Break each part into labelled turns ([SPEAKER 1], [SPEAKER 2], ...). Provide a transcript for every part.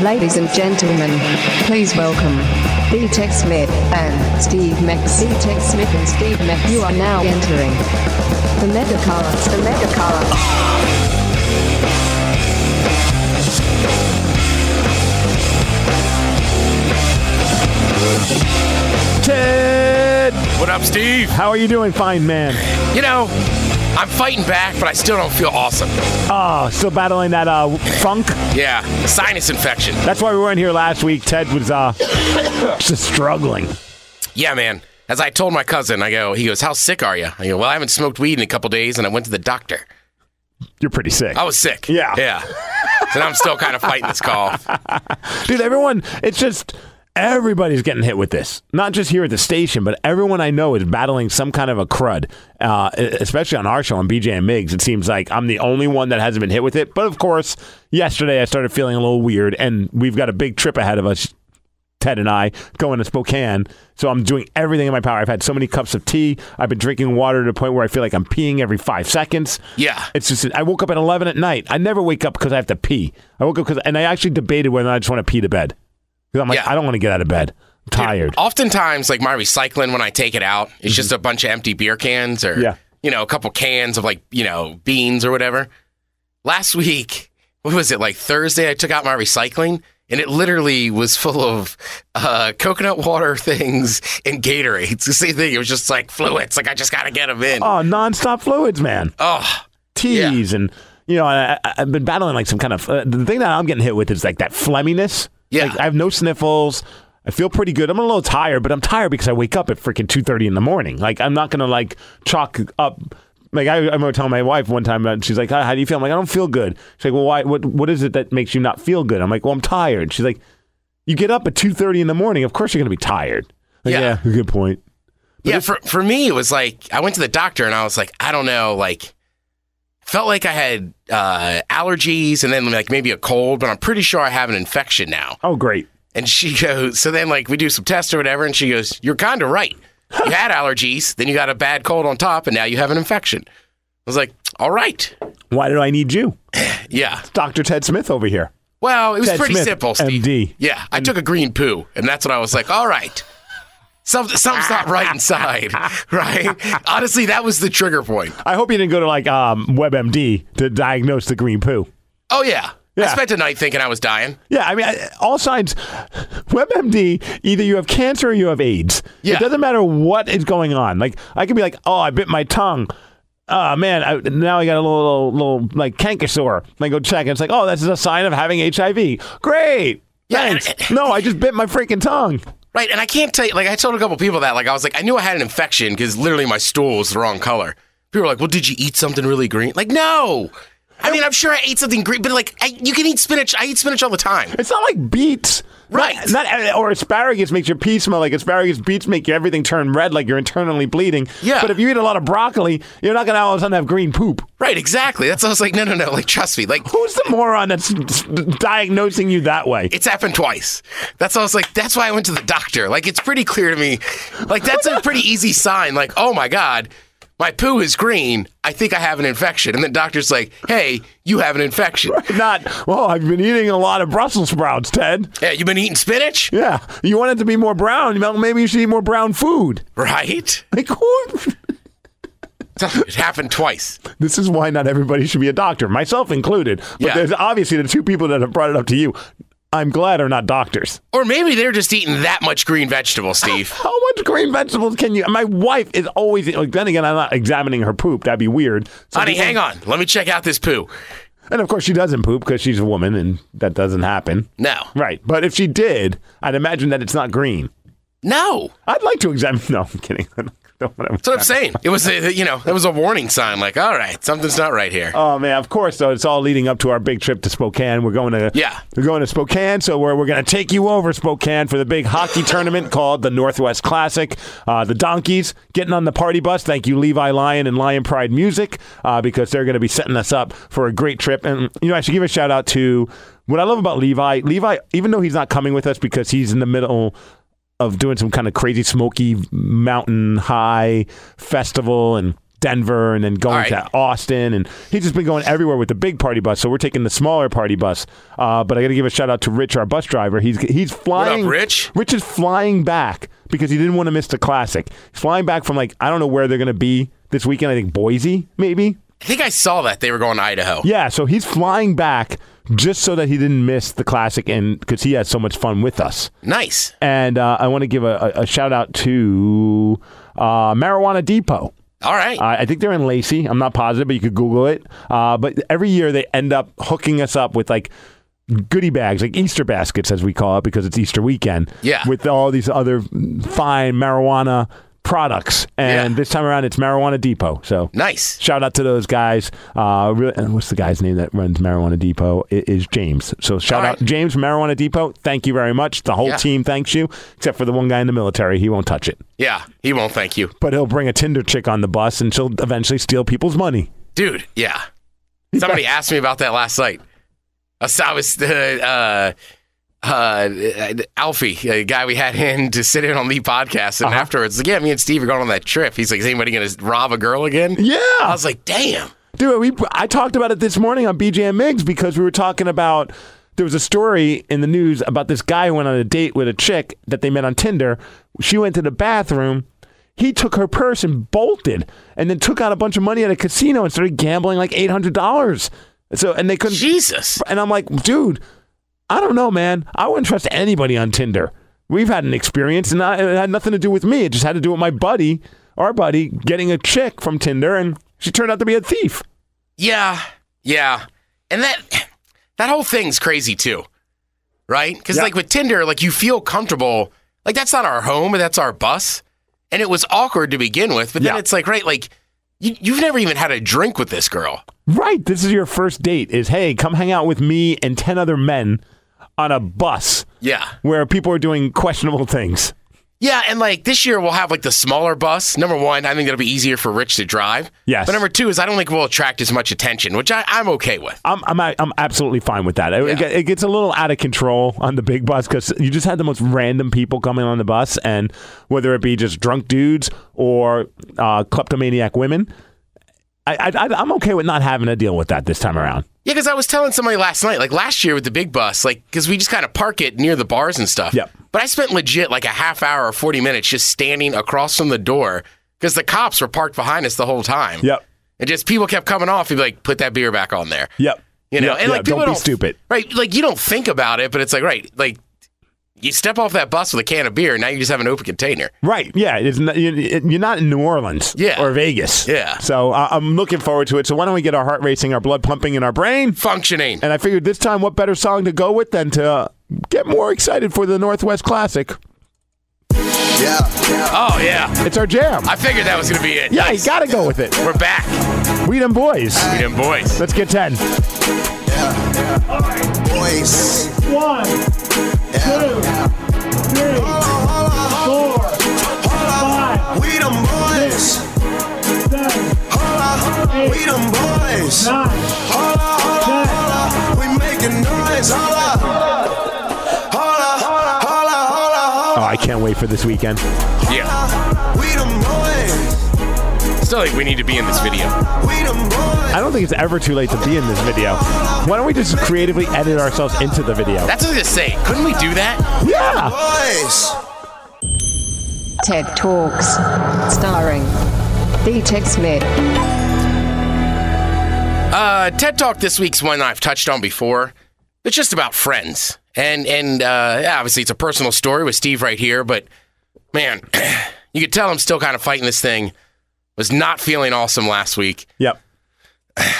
[SPEAKER 1] Ladies and gentlemen, please welcome B-Tech Smith and Steve Max. B-Tech Smith and Steve Max. You are now entering the Megacara. The Megacara.
[SPEAKER 2] Ted,
[SPEAKER 3] What up, Steve?
[SPEAKER 2] how are you doing, fine man?
[SPEAKER 3] You know, I'm fighting back, but I still don't feel awesome.
[SPEAKER 2] Oh, still battling that uh, funk.
[SPEAKER 3] Yeah, sinus infection.
[SPEAKER 2] That's why we weren't here last week. Ted was uh, just struggling.
[SPEAKER 3] Yeah, man. As I told my cousin, I go, he goes, How sick are you? I go, Well, I haven't smoked weed in a couple days, and I went to the doctor.
[SPEAKER 2] You're pretty sick,
[SPEAKER 3] I was sick.
[SPEAKER 2] Yeah.
[SPEAKER 3] Yeah. And I'm still kind of fighting this cough.
[SPEAKER 2] dude. Everyone, it's just everybody's getting hit with this. Not just here at the station, but everyone I know is battling some kind of a crud. Uh, especially on our show on BJ and Migs, it seems like I'm the only one that hasn't been hit with it. But of course, yesterday I started feeling a little weird, and we've got a big trip ahead of us Ted and I going to Spokane. So I'm doing everything in my power. I've had so many cups of tea. I've been drinking water to the point where I feel like I'm peeing every five seconds.
[SPEAKER 3] Yeah.
[SPEAKER 2] It's just, I woke up at 11 at night. I never wake up because I have to pee. I woke up because, and I actually debated whether or not I just want to pee to bed. Because I'm like,
[SPEAKER 3] Yeah.
[SPEAKER 2] I don't want to get out of bed. I'm tired.
[SPEAKER 3] Oftentimes, like my recycling when I take it out, it's just a bunch of empty beer cans or,
[SPEAKER 2] Mm-hmm. Yeah.
[SPEAKER 3] you know, a couple cans of like, you know, beans or whatever. Last week, what was it, like Thursday, I took out my recycling and it literally was full of uh, coconut water things and Gatorade. It's the same thing. It was just like fluids. Like, I just got to get them in.
[SPEAKER 2] Oh, nonstop fluids, man.
[SPEAKER 3] Oh,
[SPEAKER 2] Teas and. You know, I, I- I've been battling like some kind of uh, the thing that I'm getting hit with is like that flemminess.
[SPEAKER 3] Yeah.
[SPEAKER 2] like, I have no sniffles. I feel pretty good. I'm a little tired, but I'm tired because I wake up at freaking two thirty in the morning. Like I'm not gonna like chalk up. Like I, I remember telling my wife one time, and she's like, "How how do you feel?" I'm like, "I don't feel good." She's like, "Well, why? What? What is it that makes you not feel good?" I'm like, "Well, I'm tired." She's like, "You get up at two thirty in the morning. Of course you're gonna be tired." Like,
[SPEAKER 3] Yeah.
[SPEAKER 2] yeah, good point.
[SPEAKER 3] yeah. For, for me, it was like, I went to the doctor and I was like, I don't know, like, felt like I had uh, allergies and then like maybe a cold, but I'm pretty sure I have an infection now.
[SPEAKER 2] Oh, great.
[SPEAKER 3] And she goes, so then like we do some tests or whatever, and she goes, you're kind of right. You had allergies, then you got a bad cold on top, and now you have an infection. I was like, all right,
[SPEAKER 2] Why do I need you,
[SPEAKER 3] yeah.
[SPEAKER 2] Doctor Ted Smith over here?
[SPEAKER 3] Well, it was
[SPEAKER 2] Ted
[SPEAKER 3] pretty
[SPEAKER 2] Smith,
[SPEAKER 3] simple, Steve.
[SPEAKER 2] MD.
[SPEAKER 3] Yeah, I took a green poo, and that's when I was like, all right. Some, something's not right inside, right? Honestly, that was the trigger point.
[SPEAKER 2] I hope you didn't go to like um, WebMD to diagnose the green poo.
[SPEAKER 3] Oh, yeah. I
[SPEAKER 2] Yeah.
[SPEAKER 3] spent a night thinking I was dying.
[SPEAKER 2] Yeah, I mean, I- all signs. WebMD, either you have cancer or you have AIDS.
[SPEAKER 3] Yeah.
[SPEAKER 2] It doesn't matter what is going on. Like, I could be like, oh, I bit my tongue. Oh, man, I, now I got a little, little, little, like, canker sore. And I go check, and it's like, oh, this is a sign of having HIV. Great.
[SPEAKER 3] Yeah, and-
[SPEAKER 2] Thanks. no, I just bit my freaking tongue.
[SPEAKER 3] Right, and I can't tell you. Like I told a couple people that. Like I was like, I knew I had an infection because literally my stool was the wrong color. People were like, Well, did you eat something really green? Like, no. I mean, I'm sure I ate something green, but like, I, you can eat spinach. I eat spinach all the time.
[SPEAKER 2] It's not like beets.
[SPEAKER 3] Right.
[SPEAKER 2] Not, not- or asparagus makes your pee smell like asparagus. Beets make everything turn red like you're internally bleeding.
[SPEAKER 3] Yeah.
[SPEAKER 2] But if you eat a lot of broccoli, you're not going to all of a sudden have green poop.
[SPEAKER 3] Right, exactly. That's why I was like, No, no, no. Like, trust me. Like,
[SPEAKER 2] Who's the moron that's diagnosing you that way?
[SPEAKER 3] it's happened twice. That's why I was like, That's why I went to the doctor. Like, it's pretty clear to me. Like, that's a pretty easy sign. Like, oh my god. My poo is green. I think I have an infection. And the doctor's like, hey, you have an infection.
[SPEAKER 2] Not, well, I've been eating a lot of Brussels sprouts, Ted.
[SPEAKER 3] Yeah, you've been eating spinach?
[SPEAKER 2] Yeah. You want it to be more brown. Well, Maybe you should eat more brown food.
[SPEAKER 3] Right?
[SPEAKER 2] Like, who?
[SPEAKER 3] It happened twice.
[SPEAKER 2] This is why not everybody should be a doctor, myself included. But
[SPEAKER 3] Yeah.
[SPEAKER 2] there's obviously the two people that have brought it up to you. I'm glad are not doctors.
[SPEAKER 3] Or maybe they're just eating that much green vegetable, Steve.
[SPEAKER 2] How much green vegetables can you? My wife is always like. Then again, I'm not examining her poop. That'd be weird. So
[SPEAKER 3] Honey, hang on. Let me check out this poo.
[SPEAKER 2] And of course, she doesn't poop because she's a woman, and that doesn't happen.
[SPEAKER 3] No.
[SPEAKER 2] Right. But if she did, I'd imagine that it's not green.
[SPEAKER 3] No.
[SPEAKER 2] I'd like to examine. No, I'm kidding. I don't want
[SPEAKER 3] That's
[SPEAKER 2] to.
[SPEAKER 3] what I'm saying. It was, a, you know, it was a warning sign. Like, all right, something's not right here.
[SPEAKER 2] Oh man, of course though. It's all leading up to our big trip to Spokane. We're going to
[SPEAKER 3] Yeah.
[SPEAKER 2] We're going to Spokane, so we're we're going to take you over Spokane for the big hockey tournament called the Northwest Classic. Uh, the Donkeys getting on the party bus. Thank you, Levi Lion and Lion Pride Music, uh, because they're going to be setting us up for a great trip. And you know, I should give a shout out to what I love about Levi. Levi, even though he's not coming with us because he's in the middle of doing some kind of crazy smoky mountain high festival and Denver and then going
[SPEAKER 3] right.
[SPEAKER 2] to Austin. And he's just been going everywhere with the big party bus. So we're taking the smaller party bus. Uh, but I got to give a shout out to Rich, our bus driver. He's he's flying.
[SPEAKER 3] Rich?
[SPEAKER 2] Rich is flying back because he didn't want to miss the classic. He's flying back from like I don't know where they're going to be this weekend. I think Boise, maybe.
[SPEAKER 3] I think I saw that they were going to Idaho.
[SPEAKER 2] Yeah, so he's flying back just so that he didn't miss the classic, and because he had so much fun with us.
[SPEAKER 3] Nice.
[SPEAKER 2] And uh, I want to give a, a a shout out to uh, Marijuana Depot.
[SPEAKER 3] All right.
[SPEAKER 2] Uh, I think they're in Lacey. I'm not positive, but you could Google it. Uh, but every year they end up hooking us up with like goodie bags, like Easter baskets, as we call it, because it's Easter weekend.
[SPEAKER 3] Yeah.
[SPEAKER 2] With all these other fine marijuana products. And
[SPEAKER 3] Yeah.
[SPEAKER 2] this time around, it's Marijuana Depot. So
[SPEAKER 3] nice.
[SPEAKER 2] Shout out to those guys. Uh, really, and what's the guy's name that runs Marijuana Depot? It is James. So shout
[SPEAKER 3] All
[SPEAKER 2] out
[SPEAKER 3] right.
[SPEAKER 2] James Marijuana Depot. Thank you very much. The whole
[SPEAKER 3] Yeah.
[SPEAKER 2] team thanks you, except for the one guy in the military. He won't touch it,
[SPEAKER 3] Yeah. He won't thank you.
[SPEAKER 2] but he'll bring a Tinder chick on the bus, and she'll eventually steal people's money.
[SPEAKER 3] Dude, yeah. Somebody asked me about that last night. I was- I was uh, uh, uh, Alfie, a guy we had in to sit in on the podcast, and
[SPEAKER 2] Uh-huh.
[SPEAKER 3] afterwards, like, yeah, me and Steve are going on that trip. He's like, is anybody going to rob a girl again? I
[SPEAKER 2] Yeah,
[SPEAKER 3] was like, damn.
[SPEAKER 2] dude. We I talked about it this morning on BJ and Migs because we were talking about. There was a story in the news about this guy who went on a date with a chick that they met on Tinder. She went to the bathroom. He took her purse and bolted, and then took out a bunch of money at a casino and started gambling like eight hundred dollars. So and they couldn't.
[SPEAKER 3] Jesus.
[SPEAKER 2] And I'm like, dude, I don't know, man. I wouldn't trust anybody on Tinder. We've had an experience, and I, it had nothing to do with me. It just had to do with my buddy, our buddy, getting a chick from Tinder, and she turned out to be a thief.
[SPEAKER 3] Yeah. Yeah. And that that whole thing's crazy too. Right? Because
[SPEAKER 2] Yeah.
[SPEAKER 3] like with Tinder, like you feel comfortable. Like that's not our home, that's our bus. And it was awkward to begin with, but
[SPEAKER 2] Yeah.
[SPEAKER 3] then it's like, right, like you, you've never even had a drink with this girl.
[SPEAKER 2] Right. This is your first date. Is hey, come hang out with me and ten other men on a bus
[SPEAKER 3] Yeah.
[SPEAKER 2] where people are doing questionable things.
[SPEAKER 3] Yeah, and like this year we'll have like the smaller bus. Number one, I think that'll be easier for Rich to drive.
[SPEAKER 2] Yes.
[SPEAKER 3] But number two is I don't think we'll attract as much attention, which I, I'm okay with.
[SPEAKER 2] I'm I'm I'm absolutely fine with that. It, it
[SPEAKER 3] Yeah.
[SPEAKER 2] ge- it gets a little out of control on the big bus because you just had the most random people coming on the bus, and whether it be just drunk dudes or uh, kleptomaniac women, I, I I- I'm okay with not having to deal with that this time around.
[SPEAKER 3] Yeah, because I was telling somebody last night, like last year with the big bus, like because we just kind of park it near the bars and stuff.
[SPEAKER 2] Yep.
[SPEAKER 3] But I spent legit like a half hour or forty minutes just standing across from the door because the cops were parked behind us the whole time.
[SPEAKER 2] Yep.
[SPEAKER 3] And just people kept coming off. He'd be like, "Put that beer back on there."
[SPEAKER 2] Yep.
[SPEAKER 3] You know,
[SPEAKER 2] Yep,
[SPEAKER 3] and
[SPEAKER 2] yep.
[SPEAKER 3] like people
[SPEAKER 2] don't be
[SPEAKER 3] don't-
[SPEAKER 2] stupid.
[SPEAKER 3] Right. Like you don't think about it, but it's like right, like you step off that bus with a can of beer, now you just have an open container.
[SPEAKER 2] Right. Yeah. It's not, you- you're not in New Orleans
[SPEAKER 3] Yeah.
[SPEAKER 2] or Vegas.
[SPEAKER 3] Yeah.
[SPEAKER 2] So uh, I'm looking forward to it. So why don't we get our heart racing, our blood pumping, and our brain?
[SPEAKER 3] Functioning.
[SPEAKER 2] And I figured this time, what better song to go with than to uh, get more excited for the Northwest Classic?
[SPEAKER 4] Yeah, yeah.
[SPEAKER 3] Oh yeah.
[SPEAKER 2] It's our jam.
[SPEAKER 3] I figured that was gonna be it.
[SPEAKER 2] Yeah,
[SPEAKER 3] Nice.
[SPEAKER 2] you gotta go with it.
[SPEAKER 3] We're back.
[SPEAKER 2] We them boys.
[SPEAKER 3] We them boys.
[SPEAKER 2] Let's get 10.
[SPEAKER 4] Boys.
[SPEAKER 5] One, two, three, four, five,
[SPEAKER 4] We them boys.
[SPEAKER 5] seven,
[SPEAKER 4] Holla, holla. We them boys.
[SPEAKER 5] nine.
[SPEAKER 4] Holla, holla, holla. We making noise. Holla. Holla, holla, holla, holla,
[SPEAKER 2] Oh,
[SPEAKER 4] holla.
[SPEAKER 2] I can't wait for this weekend.
[SPEAKER 3] Yeah.
[SPEAKER 4] We them boys.
[SPEAKER 3] Still like we need to be in this video.
[SPEAKER 4] We them boys.
[SPEAKER 2] I don't think it's ever too late to be in this video. Why don't we just creatively edit ourselves into the video?
[SPEAKER 3] That's what I was gonna say. Couldn't we do that?
[SPEAKER 2] Yeah!
[SPEAKER 4] Boys.
[SPEAKER 1] TED Talks. Starring B Tech Smith.
[SPEAKER 3] Uh, TED Talk this week's one I've touched on before. It's just about friends, and and uh, yeah, obviously it's a personal story with Steve right here. But man, you could tell I'm still kind of fighting this thing. Was not feeling awesome last week.
[SPEAKER 2] Yep.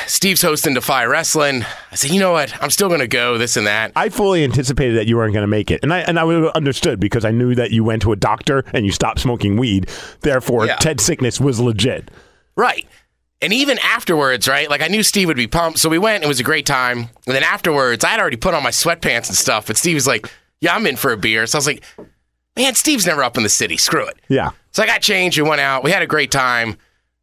[SPEAKER 3] Steve's hosting Defy Wrestling. I said, you know what? I'm still gonna go. This and that.
[SPEAKER 2] I fully anticipated that you weren't going to make it, and I and I would have understood because I knew that you went to a doctor and you stopped smoking weed. Therefore,
[SPEAKER 3] Yeah.
[SPEAKER 2] Ted sickness was legit.
[SPEAKER 3] Right. And even afterwards, right? Like I knew Steve would be pumped, so we went. It was a great time. And then afterwards, I had already put on my sweatpants and stuff. But Steve was like, "Yeah, I'm in for a beer." So I was like, "Man, Steve's never up in the city. Screw it."
[SPEAKER 2] Yeah,
[SPEAKER 3] So I got changed. We went out. We had a great time.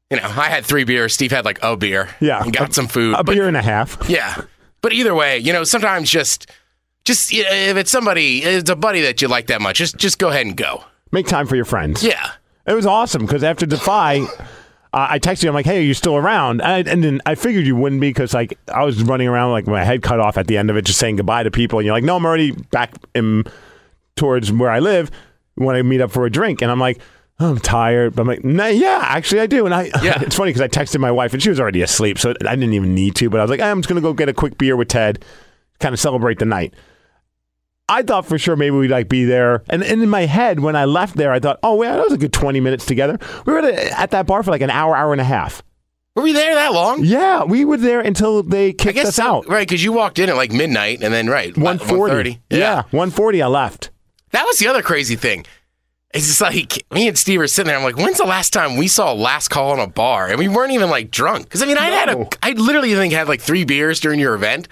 [SPEAKER 3] You know, I had three beers. Steve had like a beer.
[SPEAKER 2] Yeah.
[SPEAKER 3] And got some food.
[SPEAKER 2] a
[SPEAKER 3] But-
[SPEAKER 2] beer and a half.
[SPEAKER 3] yeah. But either way, you know, sometimes just, just you know, if it's somebody, it's a buddy that you like that much, just just go ahead and go.
[SPEAKER 2] Make time for your friends.
[SPEAKER 3] Yeah.
[SPEAKER 2] It was awesome because after Defy, uh, I texted you. I'm like, "Hey, are you still around?" And, I, and then I figured you wouldn't be because like I was running around like my head cut off at the end of it, just saying goodbye to people. And you're like, "No, I'm already back in towards where I live when I meet up for a drink." And I'm like. "Oh, I'm tired, but I'm like, nah, yeah, actually, I do. And I,
[SPEAKER 3] Yeah.
[SPEAKER 2] it's funny because I texted my wife and she was already asleep, so I didn't even need to. But I was like, I'm just gonna go get a quick beer with Ted, kind of celebrate the night. I thought for sure maybe we'd like be there. And, and in my head, when I left there, I thought, oh, well, that was a good 20 minutes together. We were at, a, at that bar for like an hour, hour and a half.
[SPEAKER 3] Were we there that long?
[SPEAKER 2] Yeah, we were there until they kicked us
[SPEAKER 3] so,
[SPEAKER 2] out.
[SPEAKER 3] Right, because you walked in at like midnight and then, right,
[SPEAKER 2] 140.
[SPEAKER 3] 1:30.
[SPEAKER 2] Yeah. 140 I left.
[SPEAKER 3] That was the other crazy thing. It's just like me and Steve are sitting there. I'm like, when's the last time we saw Last Call in a bar? And we weren't even like drunk. Because I mean, I had a, I literally think had like three beers during your event.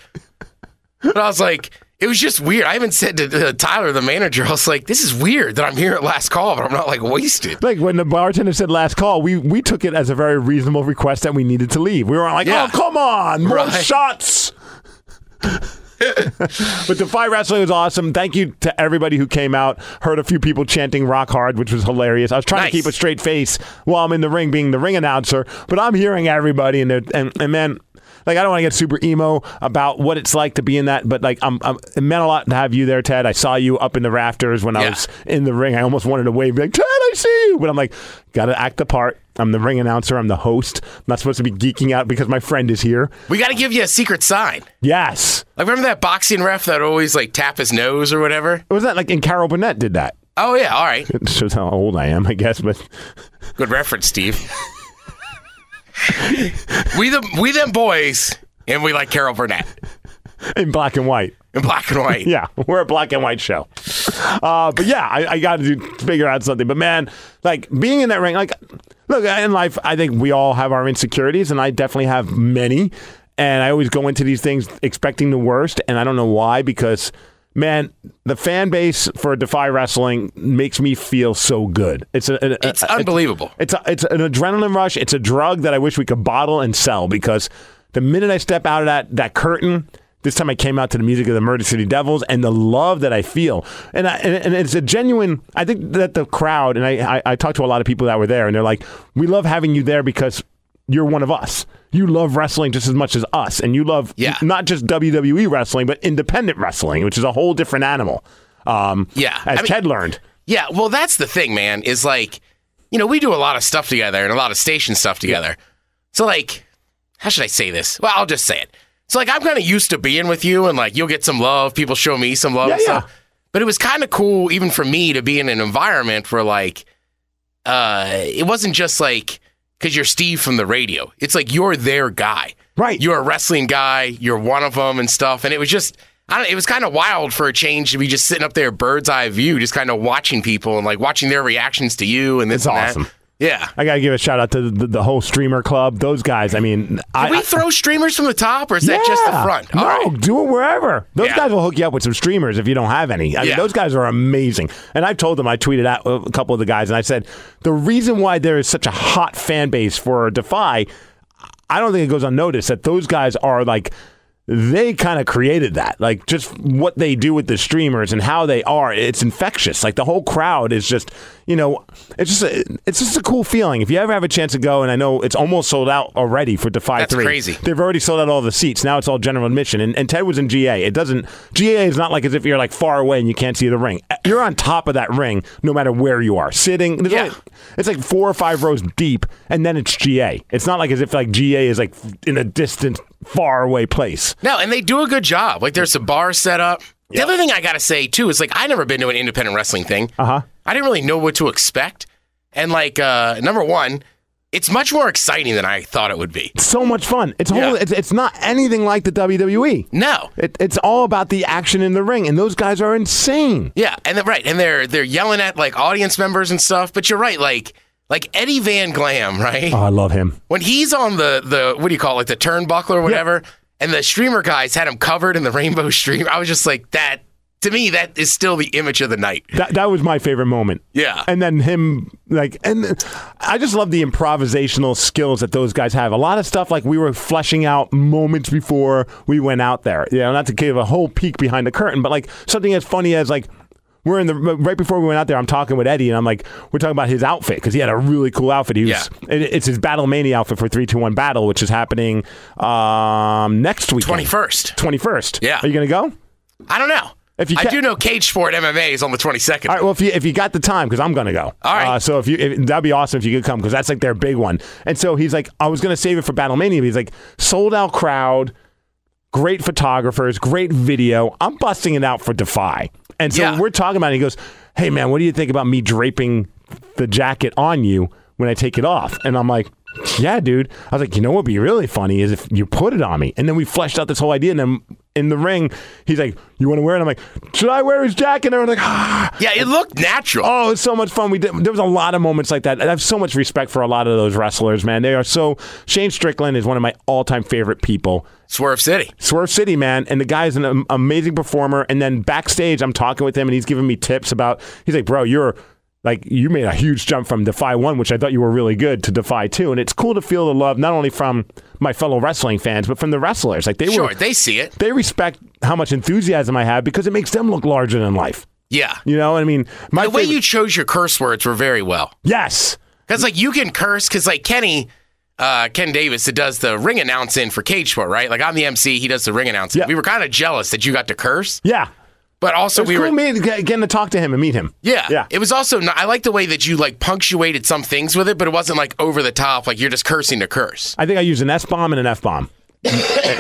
[SPEAKER 3] But I was like, it was just weird. I even said to uh, Tyler, the manager, I was like, this is weird that I'm here at Last Call, but I'm not like wasted.
[SPEAKER 2] Like when the bartender said last call, we, we took it as a very reasonable request that we needed to leave. We were like,
[SPEAKER 3] Yeah.
[SPEAKER 2] oh, come on, more
[SPEAKER 3] Right.
[SPEAKER 2] shots. but the fight wrestling was awesome. Thank you to everybody who came out. Heard a few people chanting rock hard, which was hilarious. I was trying
[SPEAKER 3] Nice.
[SPEAKER 2] to keep a straight face while I'm in the ring being the ring announcer, but I'm hearing everybody and they're- and, and man, like I don't want to get super emo about what it's like to be in that, but like I'm, I'm it meant a lot to have you there, Ted. I saw you up in the rafters when I
[SPEAKER 3] Yeah.
[SPEAKER 2] was in the ring. I almost wanted to wave like, Ted, I see you. But I'm like, gotta act the part. I'm the ring announcer, I'm the host. I'm not supposed to be geeking out because my friend is here.
[SPEAKER 3] We got to give you a secret sign.
[SPEAKER 2] Yes.
[SPEAKER 3] Like, remember that boxing ref that always like tap his nose or whatever?
[SPEAKER 2] Was that like and Carol Burnett did that?
[SPEAKER 3] Oh, yeah. All right.
[SPEAKER 2] It shows how old I am, I guess, but
[SPEAKER 3] Good reference, Steve. we the we them boys, and we like Carol Burnett
[SPEAKER 2] in black and white.
[SPEAKER 3] in black and white.
[SPEAKER 2] Yeah, we're a black and white show. Uh, but yeah, I, I got to figure out something. But man, like being in that ring, like, look, in life, I think we all have our insecurities, and I definitely have many. And I always go into these things expecting the worst, and I don't know why, because man, the fan base for Defy Wrestling makes me feel so good. It's a, a- a-
[SPEAKER 3] It's unbelievable.
[SPEAKER 2] It's a, it's an adrenaline rush. It's a drug that I wish we could bottle and sell because the minute I step out of that that curtain, this time I came out to the music of the Murder City Devils and the love that I feel, and I, and, and it's a genuine. I think that the crowd and I, I I talked to a lot of people that were there and they're like, we love having you there because you're one of us. You love wrestling just as much as us, and you love
[SPEAKER 3] Yeah.
[SPEAKER 2] not just WWE wrestling but independent wrestling, which is a whole different animal. Um,
[SPEAKER 3] Yeah.
[SPEAKER 2] as
[SPEAKER 3] I mean-
[SPEAKER 2] Ted learned.
[SPEAKER 3] Yeah, well, that's the thing, man. Is like, you know, we do a lot of stuff together and a lot of station stuff together. So, like, how should I say this? Well, I'll just say it. So, like, I'm kind of used to being with you, and like, you'll get some love. People show me some love.
[SPEAKER 2] Yeah,
[SPEAKER 3] and stuff.
[SPEAKER 2] yeah.
[SPEAKER 3] But it was kind of cool, even for me, to be in an environment where like, uh, it wasn't just like because you're Steve from the radio. It's like you're their guy.
[SPEAKER 2] Right.
[SPEAKER 3] You're a wrestling guy. You're one of them and stuff. And it was just, I don't. It was kind of wild for a change to be just sitting up there, bird's eye view, just kind of watching people and like watching their reactions to you and this.
[SPEAKER 2] It's
[SPEAKER 3] and that.
[SPEAKER 2] awesome.
[SPEAKER 3] Yeah.
[SPEAKER 2] I gotta give a shout out to the, the whole streamer club. Those guys. I mean, I,
[SPEAKER 3] Did we
[SPEAKER 2] I-
[SPEAKER 3] throw streamers from the top, or is that just the
[SPEAKER 2] Yeah.
[SPEAKER 3] front?
[SPEAKER 2] No,
[SPEAKER 3] All right.
[SPEAKER 2] do it wherever. Those
[SPEAKER 3] Yeah.
[SPEAKER 2] guys will hook you up with some streamers if you don't have any. I mean,
[SPEAKER 3] Yeah.
[SPEAKER 2] those guys are amazing. And I told them I tweeted out a couple of the guys, and I said the reason why there is such a hot fan base for Defy, I don't think it goes unnoticed that those guys are like. They kind of created that, like just what they do with the streamers and how they are. It's infectious. Like the whole crowd is just, you know, it's just a, it's just a cool feeling. If you ever have a chance to go, and I know it's almost sold out already for Defy
[SPEAKER 3] That's
[SPEAKER 2] Three,
[SPEAKER 3] crazy.
[SPEAKER 2] They've already sold out all the seats. Now it's all general admission. And, and Ted was in GA. It doesn't GA is not like as if you're like far away and you can't see the ring. You're on top of that ring no matter where you are sitting. There's
[SPEAKER 3] Yeah.
[SPEAKER 2] only- it's like four or five rows deep, and then it's GA. It's not like as if like GA is like in a distant, far away place.
[SPEAKER 3] No, and they do a good job. Like there's a bar set up. The other thing I gotta say too is like I never been to an independent wrestling thing. Uh huh. I didn't really know what to expect, and like uh, number one, it's much more exciting than I thought it would be.
[SPEAKER 2] It's so much fun. It's
[SPEAKER 3] Yeah.
[SPEAKER 2] whole, it's, it's not anything like the WWE.
[SPEAKER 3] No,
[SPEAKER 2] It, it's all about the action in the ring, and those guys are insane.
[SPEAKER 3] yeah, and then right, and they're they're yelling at like audience members and stuff. But you're right, like like Eddie Van Glam, right?
[SPEAKER 2] Oh, I love him.
[SPEAKER 3] When he's on the the what do you call it, like the turnbuckle or whatever, and the streamer guys had him covered in the rainbow stream. I was just like that. To me, that is still the image of the night.
[SPEAKER 2] That that was my favorite moment.
[SPEAKER 3] Yeah.
[SPEAKER 2] And then him like and I just love the improvisational skills that those guys have. A lot of stuff like we were fleshing out moments before we went out there. You know, not to give a whole peek behind the curtain, but like something as funny as like we're in the right before we went out there. I'm talking with Eddie, and I'm like, we're talking about his outfit because he had a really cool outfit. He was,
[SPEAKER 3] Yeah.
[SPEAKER 2] it, it's his Battle Mania outfit for three two one battle, which is happening um, next week,
[SPEAKER 3] 21st.
[SPEAKER 2] twenty first.
[SPEAKER 3] Yeah.
[SPEAKER 2] are you gonna go?
[SPEAKER 3] I don't know.
[SPEAKER 2] If you
[SPEAKER 3] I
[SPEAKER 2] ca-
[SPEAKER 3] do know Cage Sport MMA is on the 22nd.
[SPEAKER 2] All right. Well, if you if you got the time, because I'm gonna go.
[SPEAKER 3] All right.
[SPEAKER 2] Uh, so if you if, that'd be awesome if you could come, because that's like their big one. And so he's like, I was gonna save it for Battlemania. But he's like, sold out crowd, great photographers, great video. I'm busting it out for Defy. And so
[SPEAKER 3] Yeah.
[SPEAKER 2] when we're talking about it. He goes, Hey man, what do you think about me draping the jacket on you when I take it off? And I'm like. Yeah, dude. I was like, you know what would be really funny is if you put it on me. And then we fleshed out this whole idea. And then in the ring, he's like, You want to wear it? I'm like, Should I wear his jacket? And everyone's like, ah.
[SPEAKER 3] yeah, it looked natural.
[SPEAKER 2] Oh, it's so much fun. We did, there was a lot of moments like that. I have so much respect for a lot of those wrestlers, man. They are so. Shane Strickland is one of my all-time favorite people.
[SPEAKER 3] Swerve City.
[SPEAKER 2] Swerve City, man, and the guy is an am- amazing performer. And then backstage, I'm talking with him, and he's giving me tips about. He's like, "Bro, you're like you made a huge jump from Defy One, which I thought you were really good, to Defy Two, and it's cool to feel the love not only from my fellow wrestling fans, but from the wrestlers. Like they
[SPEAKER 3] Sure,
[SPEAKER 2] were,
[SPEAKER 3] they see it.
[SPEAKER 2] they respect how much enthusiasm I have because it makes them look larger than life.
[SPEAKER 3] Yeah.
[SPEAKER 2] You know, I mean, my
[SPEAKER 3] The way
[SPEAKER 2] favorite-
[SPEAKER 3] you chose your curse words were very well.
[SPEAKER 2] yes.
[SPEAKER 3] Because like you can curse, because like Kenny, uh, Ken Davis, that does the ring announcing for Cage Sport, right? Like I'm the MC, he does the ring announcing.
[SPEAKER 2] Yeah.
[SPEAKER 3] We were kind of jealous that you got to curse,
[SPEAKER 2] Yeah.
[SPEAKER 3] but also
[SPEAKER 2] It's
[SPEAKER 3] we
[SPEAKER 2] cool
[SPEAKER 3] were,
[SPEAKER 2] me get- getting to talk to him and meet him.
[SPEAKER 3] yeah,
[SPEAKER 2] Yeah.
[SPEAKER 3] It was also, not, I like the way that you like punctuated some things with it, but it wasn't like over the top, like you're just cursing to curse.
[SPEAKER 2] I think I used an S bomb and an F bomb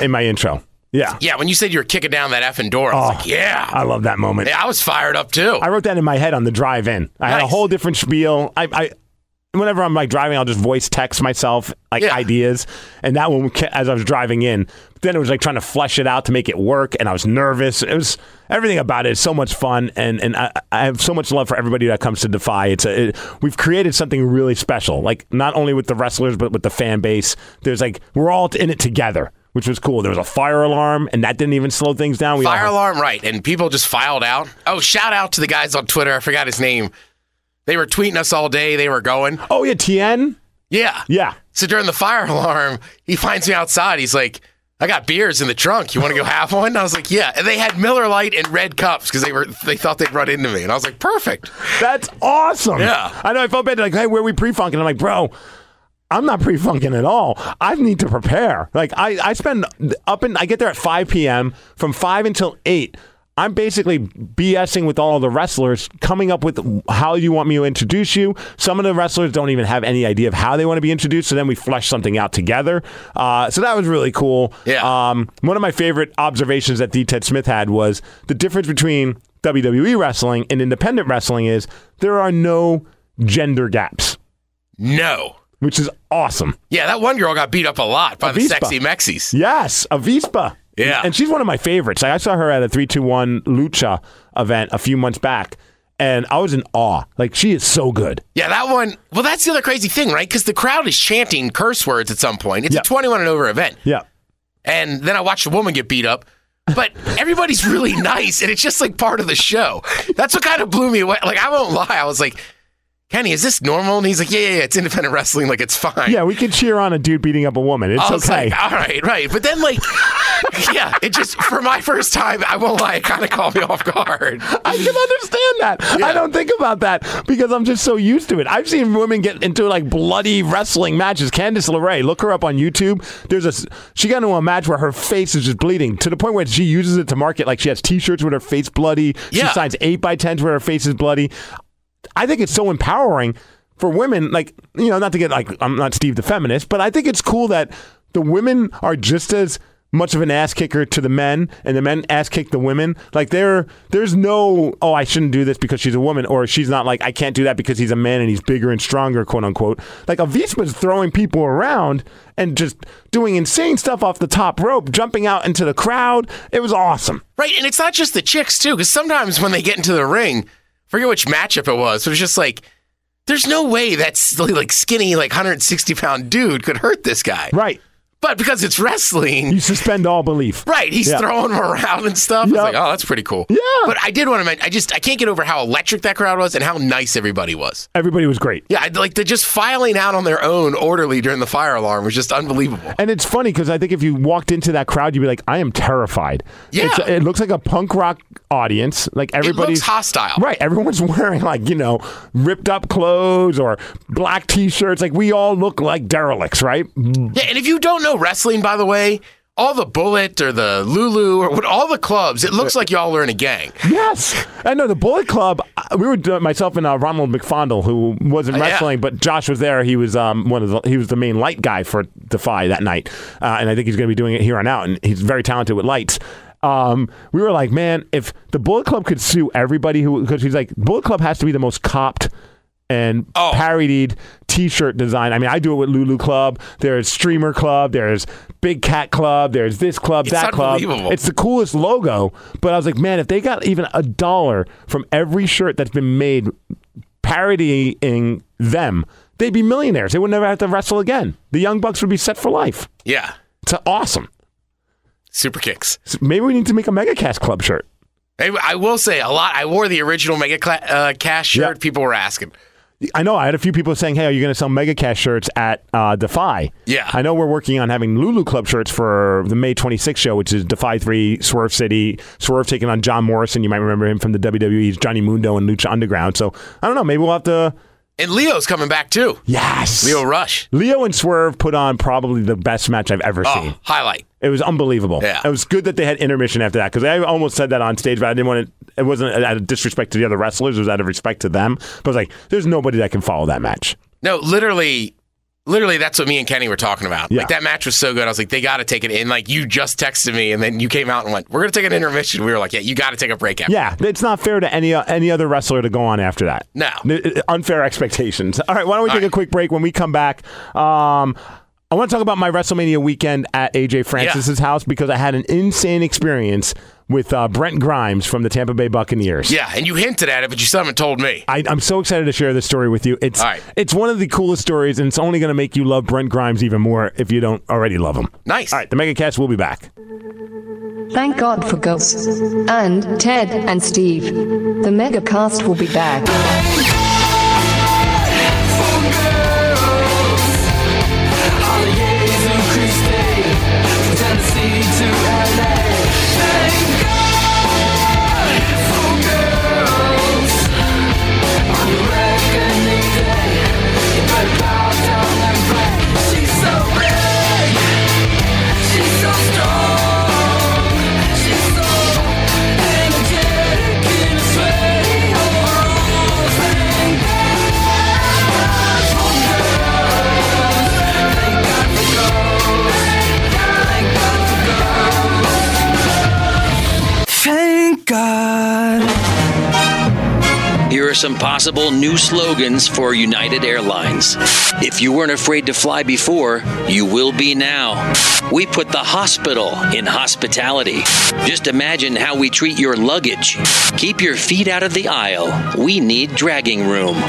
[SPEAKER 2] in my intro. Yeah.
[SPEAKER 3] Yeah, when you said you were kicking down that effing door, I was
[SPEAKER 2] Oh.
[SPEAKER 3] like, yeah.
[SPEAKER 2] I love that moment.
[SPEAKER 3] yeah, I was fired up too.
[SPEAKER 2] I wrote that in my head on the drive in. I had a
[SPEAKER 3] Nice.
[SPEAKER 2] whole different spiel. I, I whenever I'm like driving, I'll just voice text myself like
[SPEAKER 3] Yeah.
[SPEAKER 2] ideas. And that one, ca- as I was driving in, then it was like trying to flesh it out to make it work. And I was nervous. It was everything about it is so much fun, and and I, I have so much love for everybody that comes to Defy. It's a it, we've created something really special. Like not only with the wrestlers, but with the fan base. There's like we're all in it together. Which was cool. There was a fire alarm, and that didn't even slow things down. We all-
[SPEAKER 3] Fire alarm, right. And people just filed out. Oh, shout out to the guys on Twitter. I forgot his name. They were tweeting us all day. They were going.
[SPEAKER 2] Oh yeah, Tien.
[SPEAKER 3] Yeah.
[SPEAKER 2] Yeah,
[SPEAKER 3] So during the fire alarm, he finds me outside. He's like, I got beers in the trunk. You want to go have one? I was like, yeah. And they had Miller Lite and red cups because they were they thought they'd run into me. And I was like, perfect.
[SPEAKER 2] That's awesome.
[SPEAKER 3] Yeah.
[SPEAKER 2] I know. I felt bad. Like, hey, where we pre-funking? I'm like, bro, I'm not pre-funking at all. I need to prepare. Like, I, I spend up and I get there at 5 p.m. From 5 until 8. I'm basically BSing with all the wrestlers, coming up with how you want me to introduce you. Some of the wrestlers don't even have any idea of how they want to be introduced, so then we flesh something out together. Uh, so that was really cool.
[SPEAKER 3] Yeah.
[SPEAKER 2] Um, one of my favorite observations that D. Ted Smith had was the difference between WWE wrestling and independent wrestling is there are no gender gaps,
[SPEAKER 3] No.
[SPEAKER 2] which is awesome. Yeah.
[SPEAKER 3] Yeah, that one girl got beat up a lot by the
[SPEAKER 2] Avispa.
[SPEAKER 3] sexy Mexis.
[SPEAKER 2] Yes, Avispa.
[SPEAKER 3] Yeah.
[SPEAKER 2] And she's one of my favorites. Like, I saw her at a 321 Lucha event a few months back, and I was in awe. Like, she is so good.
[SPEAKER 3] Yeah, that one. Well, that's the other crazy thing, right? Because the crowd is chanting curse words at some point. It's
[SPEAKER 2] Yeah.
[SPEAKER 3] a 21 and over event.
[SPEAKER 2] Yeah.
[SPEAKER 3] and then I watched a woman get beat up. But everybody's really nice, and it's just like part of the show. That's what kind of blew me away. Like I won't lie, I was like, "Kenny, is this normal?" And he's like, "Yeah, yeah, yeah it's independent wrestling. Like it's fine."
[SPEAKER 2] Yeah, we could cheer on a dude beating up a woman. It's
[SPEAKER 3] I was
[SPEAKER 2] okay.
[SPEAKER 3] like, "All right, right." But then like, yeah, it just for my first time, I won't lie, it kind of caught me off guard.
[SPEAKER 2] I can understand that. I
[SPEAKER 3] Yeah.
[SPEAKER 2] don't think about that because I'm just so used to it. I've seen women get into like bloody wrestling matches. Candice LeRae, look her up on YouTube. There's a s- she got into a match where her face is just bleeding to the point where she uses it to market. Like she has T-shirts with her face bloody. She
[SPEAKER 3] Yeah.
[SPEAKER 2] signs eight by tens where her face is bloody. I think it's so empowering for women. Like you know, not to get like I'm not Steve the feminist, but I think it's cool that the women are just as much of an ass kicker to the men, and the men ass kick the women. Like there, there's no oh I shouldn't do this because she's a woman, or she's not like I can't do that because he's a man and he's bigger and stronger, quote unquote. Like Avispa's throwing people around and just doing insane stuff off the top rope, jumping out into the crowd. It was awesome.
[SPEAKER 3] Right, and it's not just the chicks too, because sometimes when they get into the ring, forget which matchup it was, but it's just like, there's no way that s- like skinny, like 160 pound dude could hurt this guy.
[SPEAKER 2] Right.
[SPEAKER 3] But because it's wrestling,
[SPEAKER 2] You suspend all belief.
[SPEAKER 3] right? He's
[SPEAKER 2] Yeah.
[SPEAKER 3] throwing them around and stuff. It's
[SPEAKER 2] Yeah.
[SPEAKER 3] like, oh, that's pretty cool.
[SPEAKER 2] Yeah.
[SPEAKER 3] But I did want to mention. I just I can't get over how electric that crowd was and how nice everybody was.
[SPEAKER 2] Everybody was great.
[SPEAKER 3] Yeah, I- like they're just filing out on their own orderly during the fire alarm was just unbelievable.
[SPEAKER 2] And it's funny because I think if you walked into that crowd, you'd be like, I am terrified.
[SPEAKER 3] Yeah.
[SPEAKER 2] It's- it looks like a punk rock audience. Like everybody's
[SPEAKER 3] hostile.
[SPEAKER 2] Right. Everyone's wearing like, you know, ripped up clothes or black t shirts. Like we all look like derelicts, right?
[SPEAKER 3] Yeah, and if you don't know wrestling, by the way, all the Bullet or the Lulu or what, all the clubs, it looks like y'all are in a gang.
[SPEAKER 2] Yes, I know the Bullet Club. uh, We were doing- myself and uh, Ronald McFondle, who wasn't
[SPEAKER 3] Uh, yeah.
[SPEAKER 2] wrestling, but Josh was there. He was um, one of the, he was the main light guy for Defy that night, uh, and I think he's going to be doing it here on out. And he's very talented with lights. Um, we were like, man, if the Bullet Club could sue everybody who because he's like Bullet Club has to be the most copped and
[SPEAKER 3] Oh.
[SPEAKER 2] parodied T-shirt design. I mean, I do it with Lulu Club. There's Streamer Club. There's Big Cat Club. There's this club, that club.
[SPEAKER 3] unbelievable.
[SPEAKER 2] It's the coolest logo, but I was like, man, if they got even a dollar from every shirt that's been made parodying them, they'd be millionaires. They would never have to wrestle again. The Young Bucks would be set for life.
[SPEAKER 3] Yeah,
[SPEAKER 2] It's awesome.
[SPEAKER 3] super kicks.
[SPEAKER 2] So maybe we need to make a MegaCast Club shirt.
[SPEAKER 3] I, I will say a lot. I wore the original Mega Cla- uh, Cash shirt.
[SPEAKER 2] Yeah.
[SPEAKER 3] People were asking.
[SPEAKER 2] I know I had a few people saying, "Hey, are you going to sell MegaCast shirts at uh, Defy?"
[SPEAKER 3] Yeah.
[SPEAKER 2] I know we're working on having Lulu Club shirts for the May 26th show, which is Defy Three, Swerve City, Swerve taking on John Morrison. You might remember him from the WWE's Johnny Mundo and Lucha Underground. So I don't know. Maybe we'll have to.
[SPEAKER 3] And Leo's coming back too.
[SPEAKER 2] Yes,
[SPEAKER 3] Leo Rush.
[SPEAKER 2] Leo and Swerve put on probably the best match I've ever
[SPEAKER 3] Oh,
[SPEAKER 2] seen.
[SPEAKER 3] highlight.
[SPEAKER 2] It was unbelievable.
[SPEAKER 3] Yeah.
[SPEAKER 2] It was good that they had intermission after that because I almost said that on stage, but I didn't want to. It wasn't out of disrespect to the other wrestlers; it was out of respect to them. But I was like, "There's nobody that can follow that match."
[SPEAKER 3] No, literally, literally, that's what me and Kenny were talking about.
[SPEAKER 2] Yeah.
[SPEAKER 3] Like that match was so good. I was like, they got to take it. And like you just texted me, and then you came out and went, "We're gonna take an intermission." We were like, "Yeah, you got to take a break." After.
[SPEAKER 2] Yeah, it's not fair to any any other wrestler to go on after that.
[SPEAKER 3] No.
[SPEAKER 2] N- uh, unfair expectations. All right, why don't we
[SPEAKER 3] All
[SPEAKER 2] take a
[SPEAKER 3] right.
[SPEAKER 2] quick break? When we come back, um, I want to talk about my WrestleMania weekend at AJ Francis's house because I had an insane experience with uh, Brent Grimes from the Tampa Bay Buccaneers.
[SPEAKER 3] Yeah, and you hinted at it, but you still haven't told me.
[SPEAKER 2] I, I'm so excited to share this story with you. It's
[SPEAKER 3] All right.
[SPEAKER 2] it's one of the coolest stories, and it's only going to make you love Brent Grimes even more if you don't already love him.
[SPEAKER 3] Nice.
[SPEAKER 2] All right, the MegaCast will be back.
[SPEAKER 1] Thank God for ghosts. And Ted and Steve. The megacast will be back.
[SPEAKER 6] Thank God.
[SPEAKER 7] Here are some possible new slogans for United Airlines. If you weren't afraid to fly before, you will be now. We put the hospital in hospitality. Just imagine how we treat your luggage. Keep your feet out of the aisle. We need dragging room.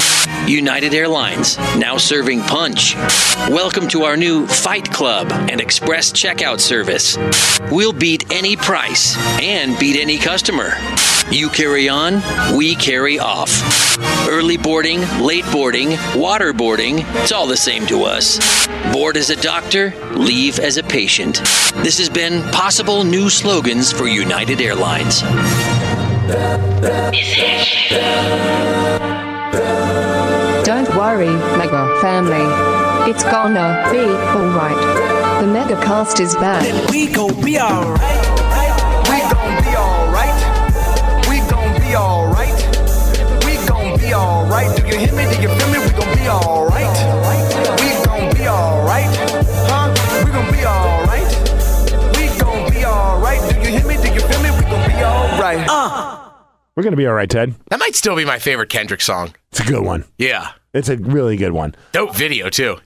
[SPEAKER 7] United Airlines, now serving punch. Welcome to our new Fight Club and Express Checkout Service. We'll beat any price and beat any customer. You carry on, we carry off. Early boarding, late boarding, water boarding, it's all the same to us. Board as a doctor, leave as a patient. This has been possible new slogans for United Airlines.
[SPEAKER 1] Don't worry, Mega family. It's gonna be alright. The megacast is back.
[SPEAKER 6] We gon' be alright.
[SPEAKER 4] We gon' be alright. We gon' be alright. We gon' be alright. Do you hear me? Do you feel me? We gon' be alright. We gon' be alright. Huh? We gon' be alright. We gon' be alright. Do you hear me? Do you feel me? We gon' be alright.
[SPEAKER 2] We're going to be all right, Ted.
[SPEAKER 3] That might still be my favorite Kendrick song.
[SPEAKER 2] It's a good one.
[SPEAKER 3] Yeah.
[SPEAKER 2] It's a really good one.
[SPEAKER 3] Dope video too.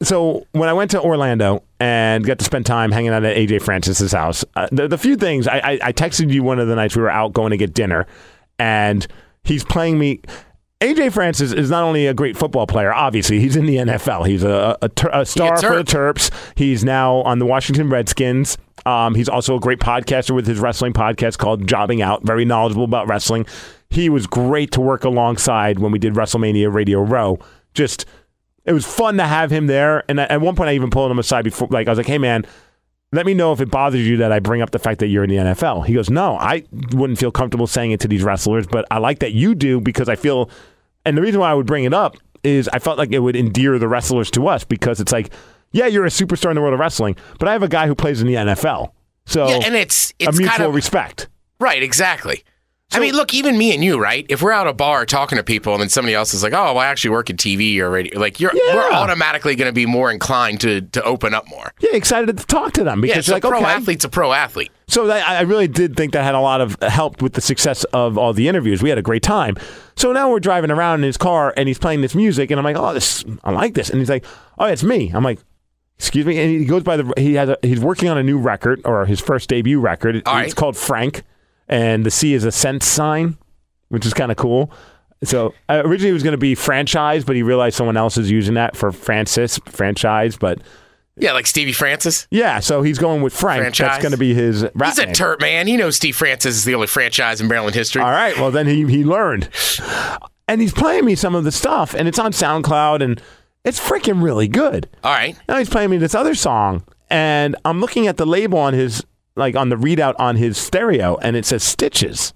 [SPEAKER 2] so when I went to Orlando and got to spend time hanging out at AJ Francis's house, uh, the, the few things I, I, I texted you one of the nights we were out going to get dinner, and he's playing me. AJ Francis is not only a great football player, obviously, he's in the NFL. He's a, a, ter- a star
[SPEAKER 3] Terp.
[SPEAKER 2] for the Terps. He's now on the Washington Redskins. Um, he's also a great podcaster with his wrestling podcast called Jobbing Out, very knowledgeable about wrestling. He was great to work alongside when we did WrestleMania Radio Row. Just, it was fun to have him there. And at at one point, I even pulled him aside before, like, I was like, hey, man, let me know if it bothers you that I bring up the fact that you're in the NFL. He goes, No, I wouldn't feel comfortable saying it to these wrestlers, but I like that you do because I feel, and the reason why I would bring it up is I felt like it would endear the wrestlers to us because it's like, yeah, you're a superstar in the world of wrestling, but I have a guy who plays in the NFL. So
[SPEAKER 3] Yeah, and it's
[SPEAKER 2] Oh, a
[SPEAKER 3] it's
[SPEAKER 2] mutual
[SPEAKER 3] kind of
[SPEAKER 2] respect.
[SPEAKER 3] right, exactly. I mean, look, even me and you, right? If we're out at a bar talking to people, and then somebody else is like, "Oh, well, I actually work in TV or radio," like you're, we're
[SPEAKER 2] Yeah.
[SPEAKER 3] automatically going to be more inclined to to open up more.
[SPEAKER 2] Yeah, excited to talk to them
[SPEAKER 3] Yeah,
[SPEAKER 2] because
[SPEAKER 3] so
[SPEAKER 2] you're like,
[SPEAKER 3] pro
[SPEAKER 2] okay,
[SPEAKER 3] athlete's a pro athlete.
[SPEAKER 2] So that, I I really did think that had a lot of helped with the success of all the interviews. We had a great time. So now we're driving around in his car and he's playing this music and I'm like, oh, this I like this. And he's like, oh, it's me. I'm like, excuse me. And he goes by the he has a, he's working on a new record or his first debut record. it's
[SPEAKER 3] All right.
[SPEAKER 2] called Frank, and the C is a sense sign, which is kind of cool. So uh, originally it was going to be franchise, but he realized someone else is using that for Francis franchise. But
[SPEAKER 3] Yeah, like Stevie Francis.
[SPEAKER 2] yeah, so he's going with Frank.
[SPEAKER 3] Franchise.
[SPEAKER 2] That's going to be his. Rap
[SPEAKER 3] He's a
[SPEAKER 2] name.
[SPEAKER 3] turp man. He knows Steve Francis is the only franchise in Maryland history.
[SPEAKER 2] Uh-uh. All right. Well, then he he learned, and he's playing me some of the stuff, and it's on SoundCloud, and it's freaking really good.
[SPEAKER 3] All right.
[SPEAKER 2] Now he's playing me this other song, and I'm looking at the label on his like on the readout on his stereo, and it says Stitches,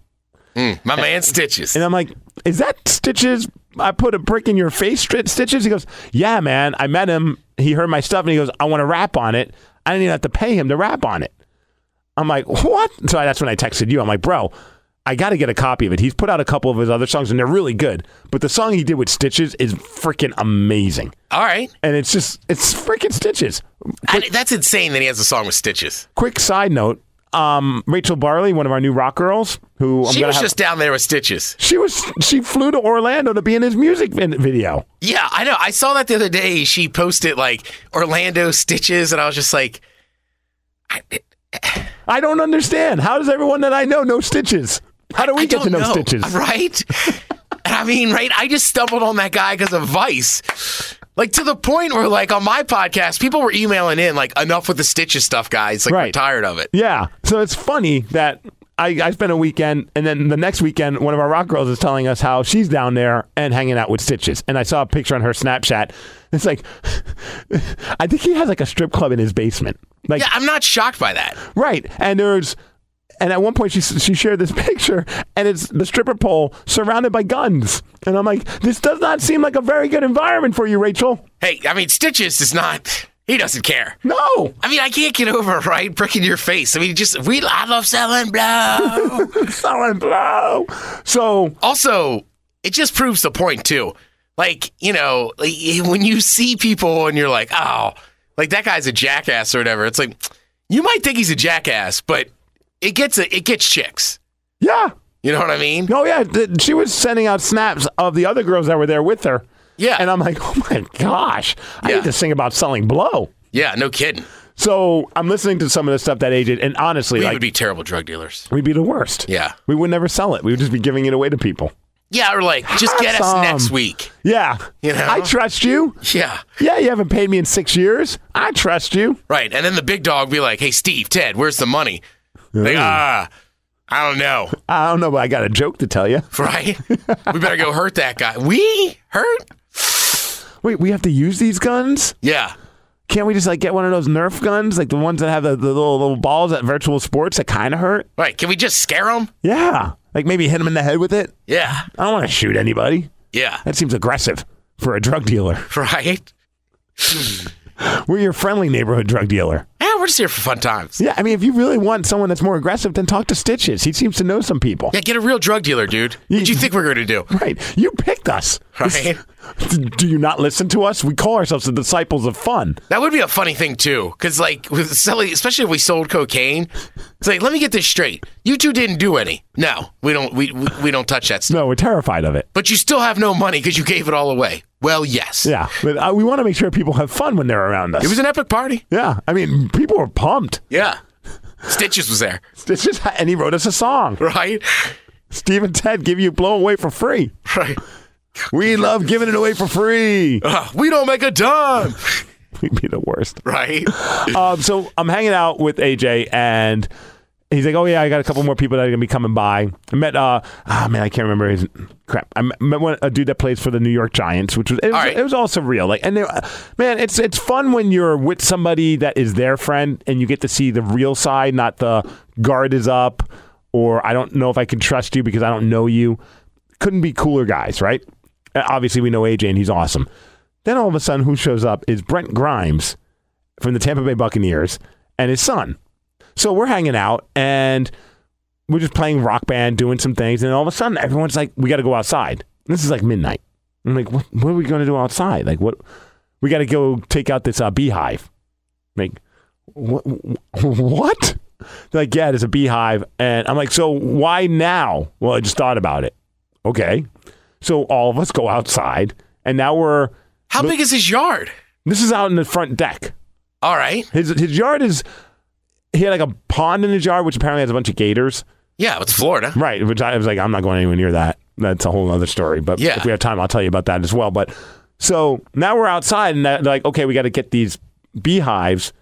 [SPEAKER 3] My man Stitches.
[SPEAKER 2] and I'm like, is that Stitches? I put a brick in your face, Stri- Stitches. He goes, yeah, man. I met him. He heard my stuff, and he goes, I want to rap on it. I didn't even have to pay him to rap on it. I'm like, what? So that's when I texted you. I'm like, bro, I got to get a copy of it. He's put out a couple of his other songs, and they're really good. But the song he did with Stitches is freaking amazing,
[SPEAKER 3] All right.
[SPEAKER 2] and it's just it's freaking Stitches.
[SPEAKER 3] I- that's insane that he has a song with Stitches.
[SPEAKER 2] Quick side note: um, Rachel Barley, one of our new rock girls, who I'm
[SPEAKER 3] She
[SPEAKER 2] gonna
[SPEAKER 3] was
[SPEAKER 2] have,
[SPEAKER 3] just down there with Stitches.
[SPEAKER 2] she was she flew to Orlando to be in his music vin- video.
[SPEAKER 3] Yeah, I know. I saw that the other day. She posted like Orlando Stitches, and I was just like, I,
[SPEAKER 2] I don't understand. How does everyone that I know know Stitches? How do we
[SPEAKER 3] I
[SPEAKER 2] get to
[SPEAKER 3] don't
[SPEAKER 2] know, Stitches?
[SPEAKER 3] right? and I mean, right? I just stumbled on that guy because of Vice. Like to the point where, like on my podcast, people were emailing in like, "Enough with the Stitches stuff, guys. Like, we're
[SPEAKER 2] Right.
[SPEAKER 3] tired of it."
[SPEAKER 2] Yeah. So it's funny that I, I spent a weekend, and then the next weekend, one of our rock girls is telling us how she's down there and hanging out with Stitches. And I saw a picture on her Snapchat. It's like, I think he has like a strip club in his basement. Like,
[SPEAKER 3] Yeah, I'm not shocked by that.
[SPEAKER 2] right. And there's. And at one point, she she shared this picture, and it's the stripper pole surrounded by guns. And I'm like, this does not seem like a very good environment for you, Rachel.
[SPEAKER 3] Hey, I mean, Stitches is not. He doesn't care.
[SPEAKER 2] No,
[SPEAKER 3] I mean, I can't get over right bricking your face. I mean, just we. I love selling blow.
[SPEAKER 2] selling blow. So
[SPEAKER 3] also, it just proves the point too. Like you know, like, when you see people and you're like, oh, like that guy's a jackass or whatever. It's like you might think he's a jackass, but it gets a, it gets chicks.
[SPEAKER 2] yeah,
[SPEAKER 3] You know what I mean?
[SPEAKER 2] Oh yeah, th- she was sending out snaps of the other girls that were there with her.
[SPEAKER 3] Yeah.
[SPEAKER 2] and I'm like, oh my gosh, I
[SPEAKER 3] Yeah.
[SPEAKER 2] need to sing about selling blow.
[SPEAKER 3] Yeah, no kidding.
[SPEAKER 2] So I'm listening to some of the stuff that agent, and honestly,
[SPEAKER 3] We
[SPEAKER 2] like
[SPEAKER 3] would be terrible drug dealers.
[SPEAKER 2] we'd be the worst.
[SPEAKER 3] Yeah.
[SPEAKER 2] we would never sell it. We would just be giving it away to people.
[SPEAKER 3] Yeah, or like just get us
[SPEAKER 2] Awesome.
[SPEAKER 3] next week.
[SPEAKER 2] Yeah,
[SPEAKER 3] You know?
[SPEAKER 2] I trust you.
[SPEAKER 3] Yeah,
[SPEAKER 2] Yeah, you haven't paid me in six years. I trust you.
[SPEAKER 3] right. And then the big dog be like, hey, Steve, Ted, where's the money? Like ah, I don't know.
[SPEAKER 2] I don't know, but I got a joke to tell you.
[SPEAKER 3] right? we better go hurt that guy. We hurt?
[SPEAKER 2] Wait, we have to use these guns?
[SPEAKER 3] Yeah.
[SPEAKER 2] Can't we just like get one of those Nerf guns, like the ones that have the, the little little balls at virtual sports that kind of hurt?
[SPEAKER 3] Right. Can we just scare him?
[SPEAKER 2] Yeah, like maybe hit him in the head with it.
[SPEAKER 3] Yeah.
[SPEAKER 2] I don't want to shoot anybody.
[SPEAKER 3] Yeah.
[SPEAKER 2] That seems aggressive for a drug dealer.
[SPEAKER 3] Right.
[SPEAKER 2] We're your friendly neighborhood drug dealer.
[SPEAKER 3] Yeah, we're just here for fun times.
[SPEAKER 2] Yeah, I mean, if you really want someone that's more aggressive, then talk to Stitches. He seems to know some people.
[SPEAKER 3] Yeah, get a real drug dealer, dude. What do you think we're going to do?
[SPEAKER 2] Right. You picked us.
[SPEAKER 3] Right.
[SPEAKER 2] This- Do you not listen to us? We call ourselves the disciples of fun.
[SPEAKER 3] That would be a funny thing too, because like with selling, especially if we sold cocaine, it's like let me get this straight. You two didn't do any. No, we don't. We we, we don't touch that stuff.
[SPEAKER 2] No, we're terrified of it.
[SPEAKER 3] But you still have no money because you gave it all away. Well, yes.
[SPEAKER 2] Yeah. But uh, we want to make sure people have fun when they're around us.
[SPEAKER 3] It was an epic party.
[SPEAKER 2] yeah. I mean, people were pumped.
[SPEAKER 3] Yeah. Stitches was there,
[SPEAKER 2] Stitches, and he wrote us a song.
[SPEAKER 3] right?
[SPEAKER 2] Steve and Ted give you blow away for free.
[SPEAKER 3] Right.
[SPEAKER 2] We love giving it away for free.
[SPEAKER 3] Ah, we don't make a dime.
[SPEAKER 2] We'd be the worst.
[SPEAKER 3] Right?
[SPEAKER 2] Um, so I'm hanging out with AJ and he's like, "Oh yeah, I got a couple more people that are gonna be coming by." I met, uh, ah man, I can't remember his crap. I met- met one, a dude that plays for the New York Giants, which was it was,
[SPEAKER 3] right.
[SPEAKER 2] it was all surreal. Like, and they, man, it's it's fun when you're with somebody that is their friend and you get to see the real side, not the guard is up or I don't know if I can trust you because I don't know you. Couldn't be cooler guys, right? Uh, Obviously, we know AJ and he's awesome. Then all of a sudden, who shows up is Brent Grimes from the Tampa Bay Buccaneers and his son. So we're hanging out and we're just playing rock band, doing some things, and all of a sudden everyone's like, "We got to go outside." This is like midnight. I'm like, "What? What are we going to do outside? Like, what? We got to go take out this uh, beehive." Like, what? What? They're like, "Yeah, there's a beehive," and I'm like, "So why now?" Well, I just thought about it. Okay, so all of us go outside, and now we're.
[SPEAKER 3] How big is his yard?
[SPEAKER 2] This is out in the front deck.
[SPEAKER 3] All right.
[SPEAKER 2] His his yard is he had like a pond in his yard, which apparently has a bunch of gators.
[SPEAKER 3] Yeah, it's Florida.
[SPEAKER 2] Right, which I was like, I'm not going anywhere near that. That's a whole other story. But
[SPEAKER 3] Yeah.
[SPEAKER 2] if we have time, I'll tell you about that as well. But so now we're outside and they're like, okay, we got to get these beehives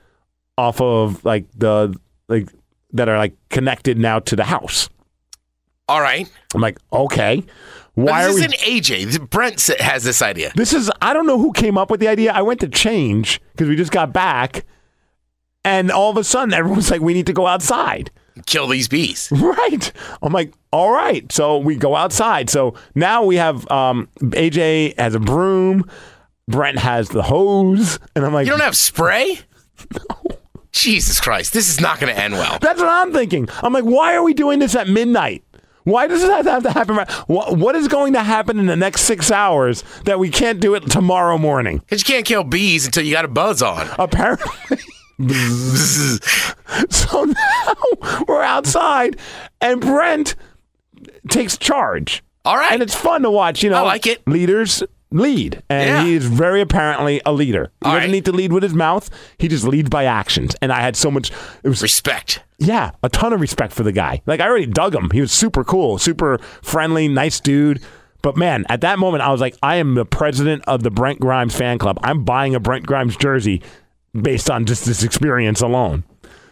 [SPEAKER 2] off of like the like that are like connected now to the house.
[SPEAKER 3] All right.
[SPEAKER 2] I'm like, okay,
[SPEAKER 3] Now,
[SPEAKER 2] why
[SPEAKER 3] this
[SPEAKER 2] are we?
[SPEAKER 3] isn't AJ. Brent s- has this idea.
[SPEAKER 2] This is I don't know who came up with the idea. I went to change because we just got back, and all of a sudden everyone's like, "We need to go outside."
[SPEAKER 3] Kill these bees.
[SPEAKER 2] Right. I'm like, all right. So we go outside. So now we have um, AJ has a broom, Brent has the hose, and I'm like,
[SPEAKER 3] You don't have spray? Jesus Christ. This is not going to end well.
[SPEAKER 2] that's what I'm thinking. I'm like, why are we doing this at midnight? Why does it have to happen? Right? What, what is going to happen in the next six hours that we can't do it tomorrow morning?
[SPEAKER 3] Because you can't kill bees until you got a buzz on.
[SPEAKER 2] Apparently. So now we're outside, and Brent takes charge.
[SPEAKER 3] All right.
[SPEAKER 2] and it's fun to watch. You know,
[SPEAKER 3] I like it.
[SPEAKER 2] Leaders lead, and
[SPEAKER 3] Yeah.
[SPEAKER 2] he is very apparently a leader. He
[SPEAKER 3] All
[SPEAKER 2] doesn't
[SPEAKER 3] right.
[SPEAKER 2] need to lead with his mouth; he just leads by actions. And I had so much. It was
[SPEAKER 3] Respect.
[SPEAKER 2] yeah, a ton of respect for the guy. Like I already dug him. He was super cool, super friendly, nice dude. But man, at that moment, I was like, I am the president of the Brent Grimes fan club. I'm buying a Brent Grimes jersey based on just this experience alone.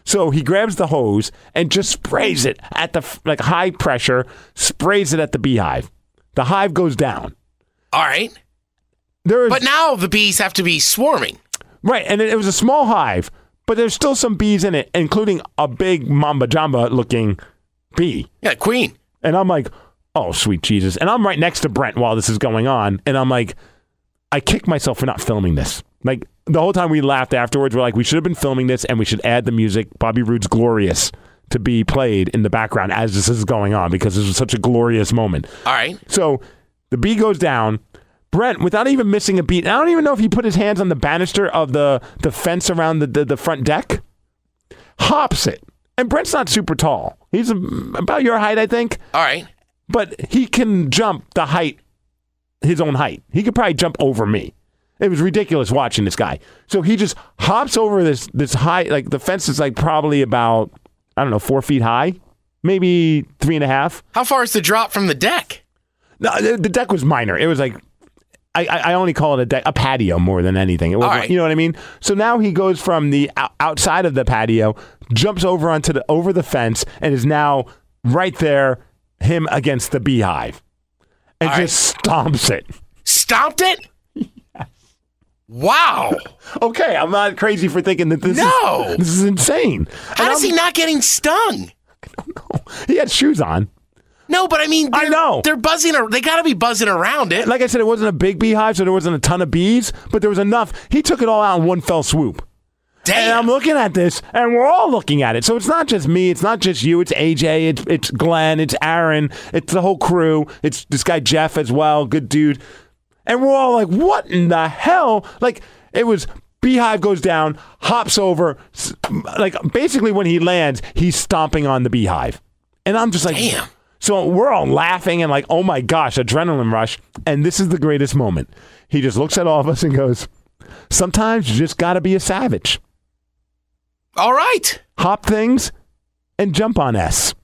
[SPEAKER 2] So he grabs the hose and just sprays it at the f- like high pressure, sprays it at the beehive. The hive goes down.
[SPEAKER 3] All right.
[SPEAKER 2] There is
[SPEAKER 3] But now the bees have to be swarming.
[SPEAKER 2] Right, and it, it was a small hive, but there's still some bees in it, including a big mamba jamba looking bee.
[SPEAKER 3] Yeah, queen.
[SPEAKER 2] And I'm like, oh, sweet Jesus. And I'm right next to Brent while this is going on. And I'm like, I kicked myself for not filming this. Like, the whole time we laughed afterwards, we're like, we should have been filming this and we should add the music, Bobby Roode's Glorious, to be played in the background as this is going on because this was such a glorious moment.
[SPEAKER 3] All right.
[SPEAKER 2] So the bee goes down. Brent, without even missing a beat, and I don't even know if he put his hands on the banister of the, the fence around the, the, the front deck, hops it. And Brent's not super tall. He's um, about your height, I think
[SPEAKER 3] All right.
[SPEAKER 2] but he can jump the height, his own height. He could probably jump over me. It was ridiculous watching this guy. So he just hops over this this high, like the fence is like probably about I don't know four feet high, maybe three and a half.
[SPEAKER 3] How far is the drop from the deck?
[SPEAKER 2] No, the, the deck was minor. It was like I, I I only call it a deck, a patio more than anything. It was,
[SPEAKER 3] All right.
[SPEAKER 2] you know what I mean. So now he goes from the ou- outside of the patio, jumps over onto the over the fence, and is now right there, him against the beehive, and
[SPEAKER 3] All right.
[SPEAKER 2] just stomps it.
[SPEAKER 3] Stomped it? Wow.
[SPEAKER 2] Okay, I'm not crazy for thinking that this
[SPEAKER 3] No.
[SPEAKER 2] is this is insane.
[SPEAKER 3] How is he not getting stung?
[SPEAKER 2] He had shoes on.
[SPEAKER 3] No, but I mean,
[SPEAKER 2] I
[SPEAKER 3] they're-
[SPEAKER 2] know.
[SPEAKER 3] They're buzzing. ar- They got to be buzzing around it.
[SPEAKER 2] Like I said, it wasn't a big beehive, so there wasn't a ton of bees, but there was enough. He took it all out in one fell swoop. And I'm
[SPEAKER 3] Damn.
[SPEAKER 2] looking at this, and we're all looking at it. So it's not just me, it's not just you, it's AJ, it's it's Glenn, it's Aaron, it's the whole crew, it's this guy Jeff as well, good dude. And we're all like, what in the hell? Like it was beehive goes down, hops over, s- like basically when he lands, he's stomping on the beehive, and I'm just like,
[SPEAKER 3] Damn.
[SPEAKER 2] So we're all laughing and like, oh my gosh, adrenaline rush. And this is the greatest moment. He just looks at all of us and goes, sometimes you just got to be a savage
[SPEAKER 3] All right.
[SPEAKER 2] hop things, and jump on S.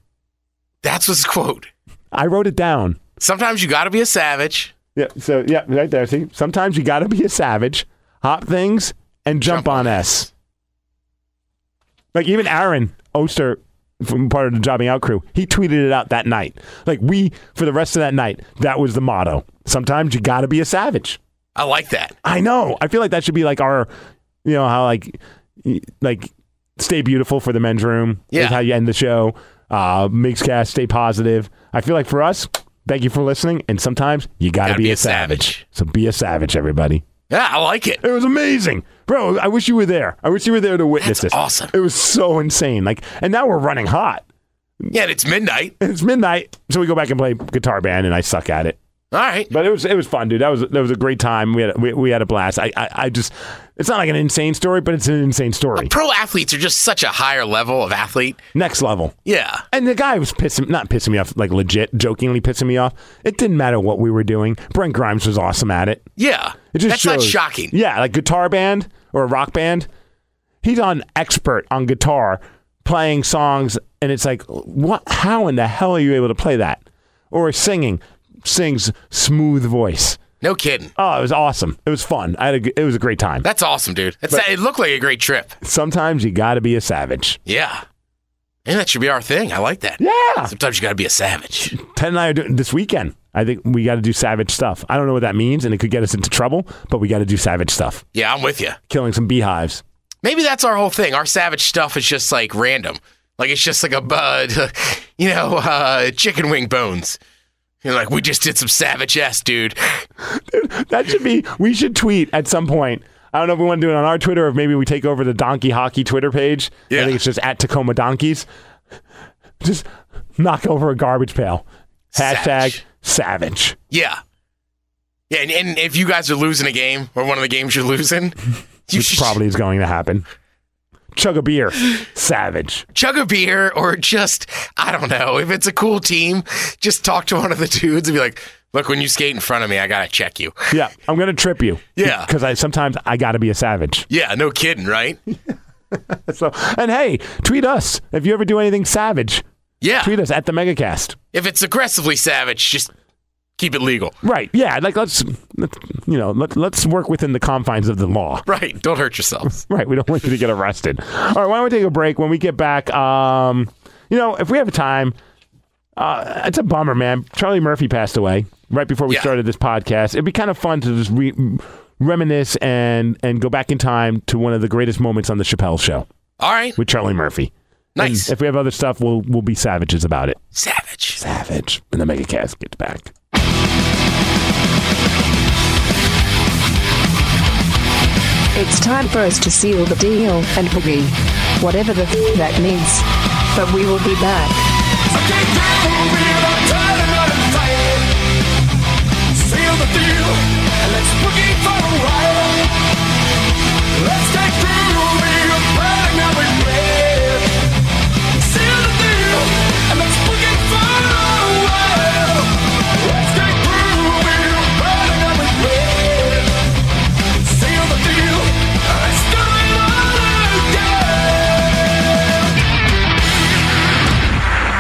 [SPEAKER 3] That's what's quote.
[SPEAKER 2] I wrote it down.
[SPEAKER 3] Sometimes you got to be a savage
[SPEAKER 2] Yeah. So yeah, right there. See, sometimes you got to be a savage, hop things, and jump,
[SPEAKER 3] Jump
[SPEAKER 2] on s. Like even Aaron Oster from part of the jobbing out crew, he tweeted it out that night. Like we for the rest of that night, that was the motto. Sometimes you got to be a savage.
[SPEAKER 3] I like that.
[SPEAKER 2] I know. I feel like that should be like our, you know, how like, y- like, stay beautiful for the men's room.
[SPEAKER 3] Yeah.
[SPEAKER 2] is how you end the show. Uh, Mixcast, stay positive. I feel like for us, thank you for listening. And sometimes you gotta, be, a, savage. So be a savage, everybody.
[SPEAKER 3] Yeah, I like it.
[SPEAKER 2] It was amazing, bro. I wish you were there. I wish you were there to witness this.
[SPEAKER 3] That's awesome.
[SPEAKER 2] It was so insane. Like, and now we're running hot.
[SPEAKER 3] Yeah, and it's midnight.
[SPEAKER 2] It's midnight, so we go back and play guitar band, and I suck at it.
[SPEAKER 3] All right.
[SPEAKER 2] But it was it was fun, dude. That was that was a great time. We had a, we, we had a blast. I, I I just it's not like an insane story, but it's an insane story.
[SPEAKER 3] Pro athletes are just such a higher level of athlete.
[SPEAKER 2] Next level.
[SPEAKER 3] Yeah.
[SPEAKER 2] And the guy was pissing not pissing me off, like legit jokingly pissing me off. It didn't matter what we were doing. Brent Grimes was awesome at it.
[SPEAKER 3] Yeah.
[SPEAKER 2] It just
[SPEAKER 3] That's
[SPEAKER 2] shows.
[SPEAKER 3] not shocking.
[SPEAKER 2] Yeah, like guitar band or a rock band. He's an expert on guitar playing songs, and it's like, what? How in the hell are you able to play that? Or singing, sings smooth voice.
[SPEAKER 3] No kidding.
[SPEAKER 2] Oh, it was awesome. It was fun. I had a, g- it was a great time.
[SPEAKER 3] That's awesome, dude. That's, it looked like a great trip.
[SPEAKER 2] Sometimes you got to be a savage.
[SPEAKER 3] Yeah. And that should be our thing. I like that.
[SPEAKER 2] Yeah.
[SPEAKER 3] Sometimes you got to be a savage.
[SPEAKER 2] Ted and I are doing this weekend. I think we got to do savage stuff. I don't know what that means, and it could get us into trouble, but we got to do savage stuff.
[SPEAKER 3] Yeah, I'm with you.
[SPEAKER 2] Killing some beehives.
[SPEAKER 3] Maybe that's our whole thing. Our savage stuff is just like random. Like it's just like a bud, you know, uh, chicken wing bones. You're like, we just did some savage ass, dude.
[SPEAKER 2] That should be, we should tweet at some point. I don't know if we want to do it on our Twitter or if maybe we take over the Donkey Hockey Twitter page. I
[SPEAKER 3] Yeah.
[SPEAKER 2] think it's just at Tacoma Donkeys. Just knock over a garbage pail. Hashtag savage.
[SPEAKER 3] Yeah. Yeah, and, and if you guys are losing a game or one of the games you're losing, you
[SPEAKER 2] Which
[SPEAKER 3] should
[SPEAKER 2] probably is going to happen. Chug a beer. Savage.
[SPEAKER 3] chug a beer or just, I don't know, if it's a cool team, just talk to one of the dudes and be like, look, when you skate in front of me, I got to check you.
[SPEAKER 2] Yeah, I'm gonna trip you.
[SPEAKER 3] Yeah.
[SPEAKER 2] because I sometimes I gotta be a savage.
[SPEAKER 3] Yeah, no kidding, right?
[SPEAKER 2] So, and hey, tweet us if you ever do anything savage.
[SPEAKER 3] Yeah.
[SPEAKER 2] Tweet us at the MegaCast.
[SPEAKER 3] If it's aggressively savage, just keep it legal.
[SPEAKER 2] Right? Yeah. Like let's, let's you know let, let's work within the confines of the law.
[SPEAKER 3] Right. Don't hurt yourselves.
[SPEAKER 2] Right. We don't want you to get arrested. All right. Why don't we take a break? When we get back, um, you know, if we have time, uh, it's a bummer, man. Charlie Murphy passed away right before we
[SPEAKER 3] Yeah.
[SPEAKER 2] started this podcast. It'd be kind of fun to just re- reminisce and and go back in time to one of the greatest moments on the Chappelle Show.
[SPEAKER 3] All right.
[SPEAKER 2] with Charlie Murphy.
[SPEAKER 3] Nice.
[SPEAKER 2] And if we have other stuff, we'll we'll be savages about it.
[SPEAKER 3] Savage.
[SPEAKER 2] Savage. And the megacast gets back.
[SPEAKER 1] It's time for us to seal the deal and boogie. Whatever the f- that means. But we will be back.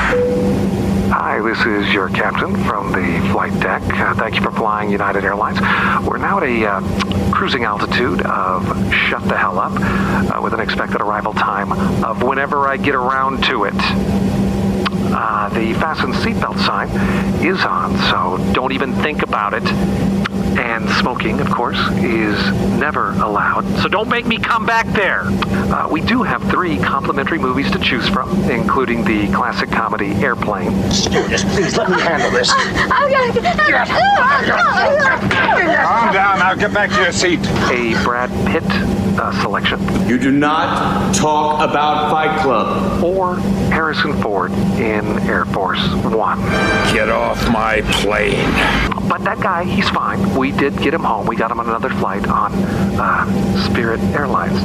[SPEAKER 8] Hi, this is your captain from the flight deck. Uh, thank you for flying United Airlines. We're now at a uh, cruising altitude of shut the hell up uh, with an expected arrival time of whenever I get around to it. Uh, the fasten seatbelt sign is on, so don't even think about it. And smoking, of course, is never allowed, so don't make me come back there. Uh, we do have three complimentary movies to choose from, including the classic comedy Airplane.
[SPEAKER 4] Calm down now. Get back to your seat.
[SPEAKER 8] a Brad Pitt uh, selection,
[SPEAKER 9] You do not talk about Fight Club.
[SPEAKER 8] or Harrison Ford in Air Force One.
[SPEAKER 4] Get off my plane.
[SPEAKER 8] But that guy, he's fine. We did get him home. We got him on another flight on uh, Spirit Airlines.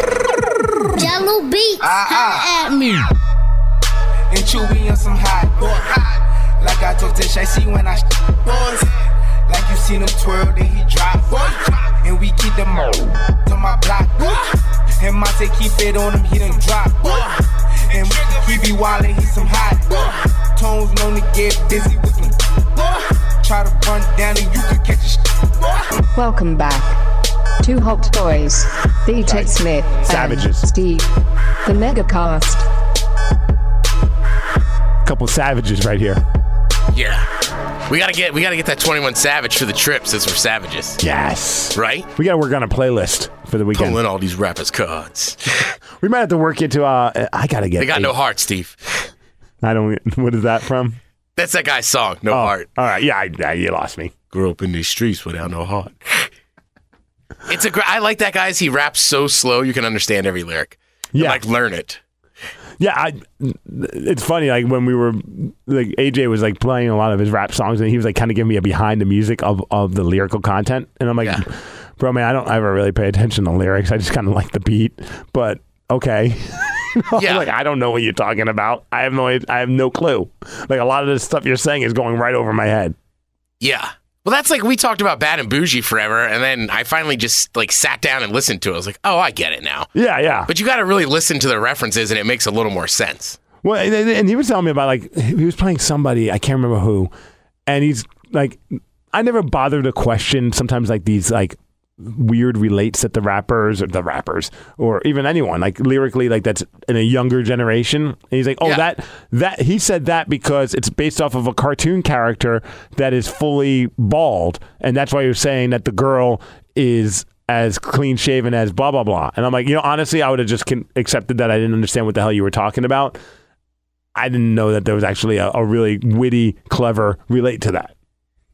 [SPEAKER 10] Jello beats. Holla at me.
[SPEAKER 5] and chewy on some hot boy. Like I talk to Shicey when I boys. Like you seen him twirl, then he drop. Boy. And we keep them all on my block. And Monte keep it on him, he done drop. Boy. And we- he be wildin', he some hot. Boy. wanna get busy with me. Boy, try to run down and you could catch a sh- boy.
[SPEAKER 1] Welcome back to Hot Boys, the Tech Smith,
[SPEAKER 2] Savages.
[SPEAKER 1] and Steve, the Megacast.
[SPEAKER 2] Couple savages right here.
[SPEAKER 3] Yeah. We gotta get we gotta get that 21 Savage for the trip since we're savages.
[SPEAKER 2] Yes.
[SPEAKER 3] Right?
[SPEAKER 2] We got to work on a playlist for the weekend.
[SPEAKER 3] Pulling all these rappers' cards.
[SPEAKER 2] We might have to work into. Uh, I gotta get.
[SPEAKER 3] They got
[SPEAKER 2] a-
[SPEAKER 3] no heart, Steve.
[SPEAKER 2] I don't. What is that from?
[SPEAKER 3] That's that guy's song, No
[SPEAKER 2] Oh,
[SPEAKER 3] Heart.
[SPEAKER 2] All right. Yeah, I, I, you lost me.
[SPEAKER 3] Grew up in these streets without no heart. it's a great I like that guy's he raps so slow you can understand every lyric. And,
[SPEAKER 2] Yeah.
[SPEAKER 3] Like learn it.
[SPEAKER 2] Yeah, I, it's funny. Like when we were, like AJ was like playing a lot of his rap songs, and he was like kind of giving me a behind the music of, of the lyrical content, and I'm like,
[SPEAKER 3] Yeah.
[SPEAKER 2] bro, man, I don't ever really pay attention to lyrics. I just kind of like the beat, but okay. You know,
[SPEAKER 3] Yeah.
[SPEAKER 2] like I don't know what you're talking about. I have no, I have no clue. Like a lot of the stuff you're saying is going right over my head.
[SPEAKER 3] Yeah. Well, that's like we talked about Bad and Bougie forever, and then I finally just like sat down and listened to it. I was like, oh, I get it now.
[SPEAKER 2] Yeah, yeah.
[SPEAKER 3] But you got to really listen to the references, and it makes a little more sense.
[SPEAKER 2] Well, and, and- and he was telling me about like he was playing somebody I can't remember who, and he's like, I never bothered to question sometimes like these like weird relates that the rappers or the rappers or even anyone like lyrically like that's in a younger generation. And he's like, oh
[SPEAKER 3] Yeah.
[SPEAKER 2] that that he said that because it's based off of a cartoon character that is fully bald, and that's why you're saying that the girl is. As clean shaven as blah blah blah, and I'm like, you know, honestly, I would have just con- accepted that I didn't understand what the hell you were talking about, I didn't know that there was actually a, a really witty, clever relate to that.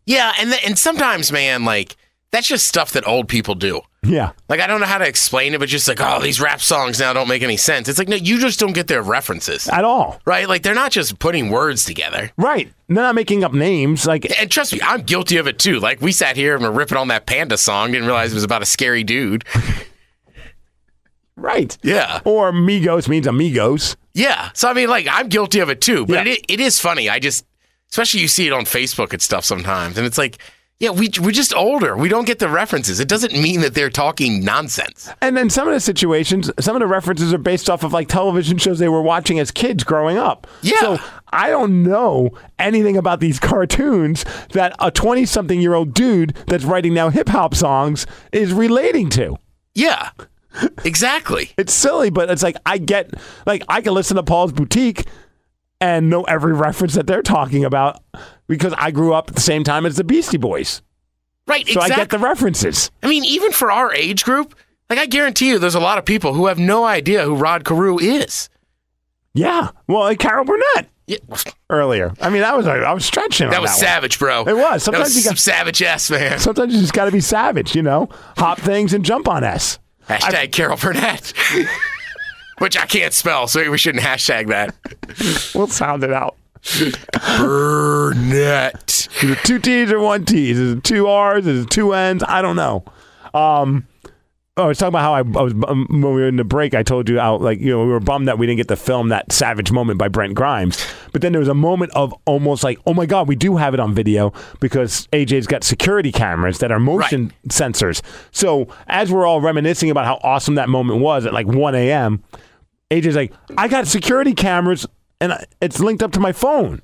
[SPEAKER 3] Yeah, and th- and sometimes, man, like that's just stuff that old people do.
[SPEAKER 2] Yeah.
[SPEAKER 3] Like I don't know how to explain it, but just like, oh, these rap songs now don't make any sense. It's like, no, you just don't get their references,
[SPEAKER 2] At all.
[SPEAKER 3] right? Like they're not just putting words together.
[SPEAKER 2] Right. They're not making up names. Like,
[SPEAKER 3] And trust me, I'm guilty of it too. Like we sat here and were ripping on that panda song, didn't realize it was about a scary dude.
[SPEAKER 2] right.
[SPEAKER 3] Yeah.
[SPEAKER 2] Or amigos means amigos.
[SPEAKER 3] Yeah. So I mean, like, I'm guilty of it too. But
[SPEAKER 2] Yeah.
[SPEAKER 3] it, it is funny. I just, especially you see it on Facebook and stuff sometimes, and it's like, yeah, we we're just older. We don't get the references. It doesn't mean that they're talking nonsense.
[SPEAKER 2] And then some of the situations, some of the references are based off of like television shows they were watching as kids growing up.
[SPEAKER 3] Yeah.
[SPEAKER 2] So I don't know anything about these cartoons that a 20 something year old dude that's writing now hip hop songs is relating to.
[SPEAKER 3] Yeah. Exactly.
[SPEAKER 2] It's silly, but it's like I get like I can listen to Paul's Boutique and know every reference that they're talking about because I grew up at the same time as the Beastie Boys.
[SPEAKER 3] Right.
[SPEAKER 2] So
[SPEAKER 3] exactly.
[SPEAKER 2] I get the references.
[SPEAKER 3] I mean, even for our age group, like I guarantee you, there's a lot of people who have no idea who Rod Carew is.
[SPEAKER 2] Yeah. Well, like Carol Burnett
[SPEAKER 3] Yeah.
[SPEAKER 2] earlier. I mean, that was I was stretching.
[SPEAKER 3] That
[SPEAKER 2] on
[SPEAKER 3] was
[SPEAKER 2] that one.
[SPEAKER 3] savage, bro.
[SPEAKER 2] It was.
[SPEAKER 3] That
[SPEAKER 2] Sometimes
[SPEAKER 3] was
[SPEAKER 2] you
[SPEAKER 3] some
[SPEAKER 2] got-
[SPEAKER 3] savage ass man.
[SPEAKER 2] Sometimes you just got to be savage, you know. Hop things and jump on us.
[SPEAKER 3] Hashtag Carol Burnett. Which I can't spell, so we shouldn't hashtag that.
[SPEAKER 2] We'll sound it out.
[SPEAKER 3] Burnett.
[SPEAKER 2] Is it two T's or one T's? Is it two R's? Is it two N's? I don't know. Um, oh, I was talking about how I, I was um, when we were in the break. I told you how like you know we were bummed that we didn't get to film that savage moment by Brent Grimes. But then there was a moment of almost like, oh my God, we do have it on video because AJ's got security cameras that are motion sensors. So as we're all reminiscing about how awesome that moment was at like 1 a.m., AJ's like, I got security cameras and I- it's linked up to my phone.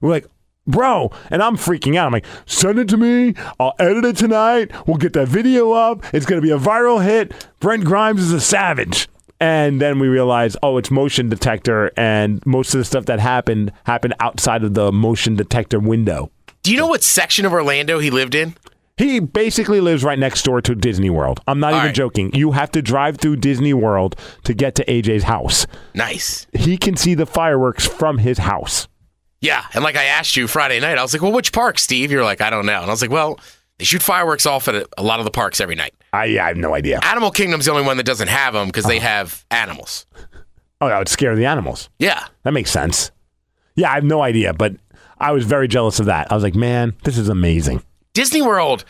[SPEAKER 2] We're like, bro. And I'm freaking out. I'm like, send it to me. I'll edit it tonight. We'll get that video up. It's going to be a viral hit. Brent Grimes is a savage. And then we realize, oh, it's motion detector. And most of the stuff that happened happened outside of the motion detector window.
[SPEAKER 3] Do you know what section of Orlando he lived in?
[SPEAKER 2] He basically lives right next door to Disney World. I'm not
[SPEAKER 3] All
[SPEAKER 2] even
[SPEAKER 3] right.
[SPEAKER 2] joking. You have to drive through Disney World to get to AJ's house.
[SPEAKER 3] Nice.
[SPEAKER 2] He can see the fireworks from his house.
[SPEAKER 3] Yeah. And like I asked you Friday night, I was like, well, which park, Steve? You're like, I don't know. And I was like, well, they shoot fireworks off at a, a lot of the parks every night.
[SPEAKER 2] I, yeah, I have no idea.
[SPEAKER 3] Animal Kingdom's the only one that doesn't have them because they have animals.
[SPEAKER 2] Oh, that would scare the animals.
[SPEAKER 3] Yeah.
[SPEAKER 2] That makes sense. Yeah, I have no idea, but I was very jealous of that. I was like, man, this is amazing.
[SPEAKER 3] Disney World.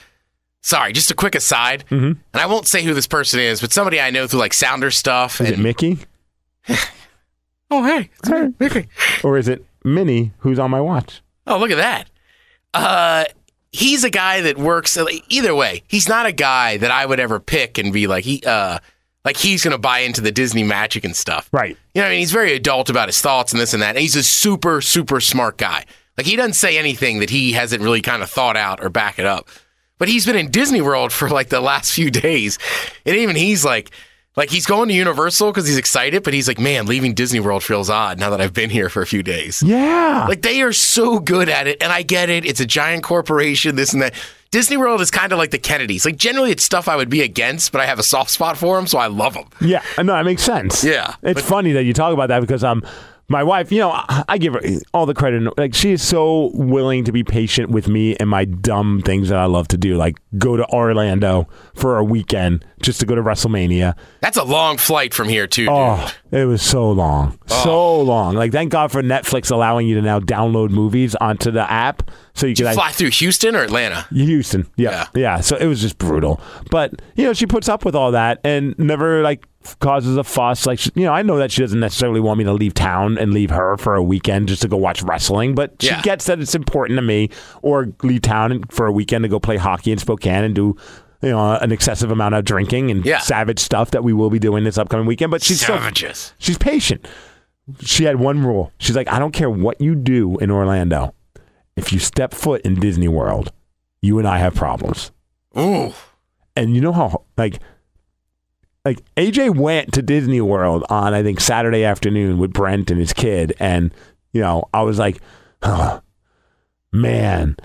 [SPEAKER 3] Sorry, just a quick aside. And I won't say who this person is, but somebody I know through like Sounder stuff.
[SPEAKER 2] Is it
[SPEAKER 3] and,
[SPEAKER 2] Mickey
[SPEAKER 3] oh, hey, it's me, Mickey.
[SPEAKER 2] or is it Minnie who's on my watch?
[SPEAKER 3] Oh, look at that. Uh, he's a guy that works. uh, Either way, he's not a guy that I would ever pick and be like he. Uh, like he's gonna buy into the Disney magic and stuff.
[SPEAKER 2] Right.
[SPEAKER 3] You know, what I mean, he's very adult about his thoughts and this and that. And he's a super, super smart guy. Like he doesn't say anything that he hasn't really kind of thought out or back it up. But he's been in Disney World for like the last few days, and even he's like, like he's going to Universal because he's excited, but he's like, man, leaving Disney World feels odd now that I've been here for a few days.
[SPEAKER 2] Yeah.
[SPEAKER 3] Like they are so good at it, and I get it. It's a giant corporation, this and that. Disney World is kind of like the Kennedys. Like generally, it's stuff I would be against, but I have a soft spot for them, so I love them.
[SPEAKER 2] Yeah, Uh, no, that makes sense.
[SPEAKER 3] Yeah.
[SPEAKER 2] it's funny that you talk about that because um, my wife, you know, I, I give her all the credit. Like she is so willing to be patient with me and my dumb things that I love to do, like go to Orlando for a weekend just to go to WrestleMania.
[SPEAKER 3] That's a long flight from here too. Dude. Oh.
[SPEAKER 2] Oh, it was so long, so long. Like thank God for Netflix allowing you to now download movies onto the app so you can like,
[SPEAKER 3] Fly through Houston or Atlanta.
[SPEAKER 2] Houston. Yeah. yeah. So it was just brutal. But, you know, she puts up with all that and never like causes a fuss. Like, she, you know, I know that she doesn't necessarily want me to leave town and leave her for a weekend just to go watch wrestling, but she
[SPEAKER 3] Yeah.
[SPEAKER 2] gets that it's important to me or leave town and- for a weekend to go play hockey in Spokane and do. You know, an excessive amount of drinking and
[SPEAKER 3] Yeah.
[SPEAKER 2] savage stuff that we will be doing this upcoming weekend, but she's still
[SPEAKER 3] Savages.
[SPEAKER 2] She's patient. She had one rule. She's like, I don't care what you do in Orlando. If you step foot in Disney World, you and I have problems.
[SPEAKER 3] Ooh.
[SPEAKER 2] And you know how like like AJ went to Disney World on I think Saturday afternoon with Brent and his kid and you know, I was like, "Huh, man.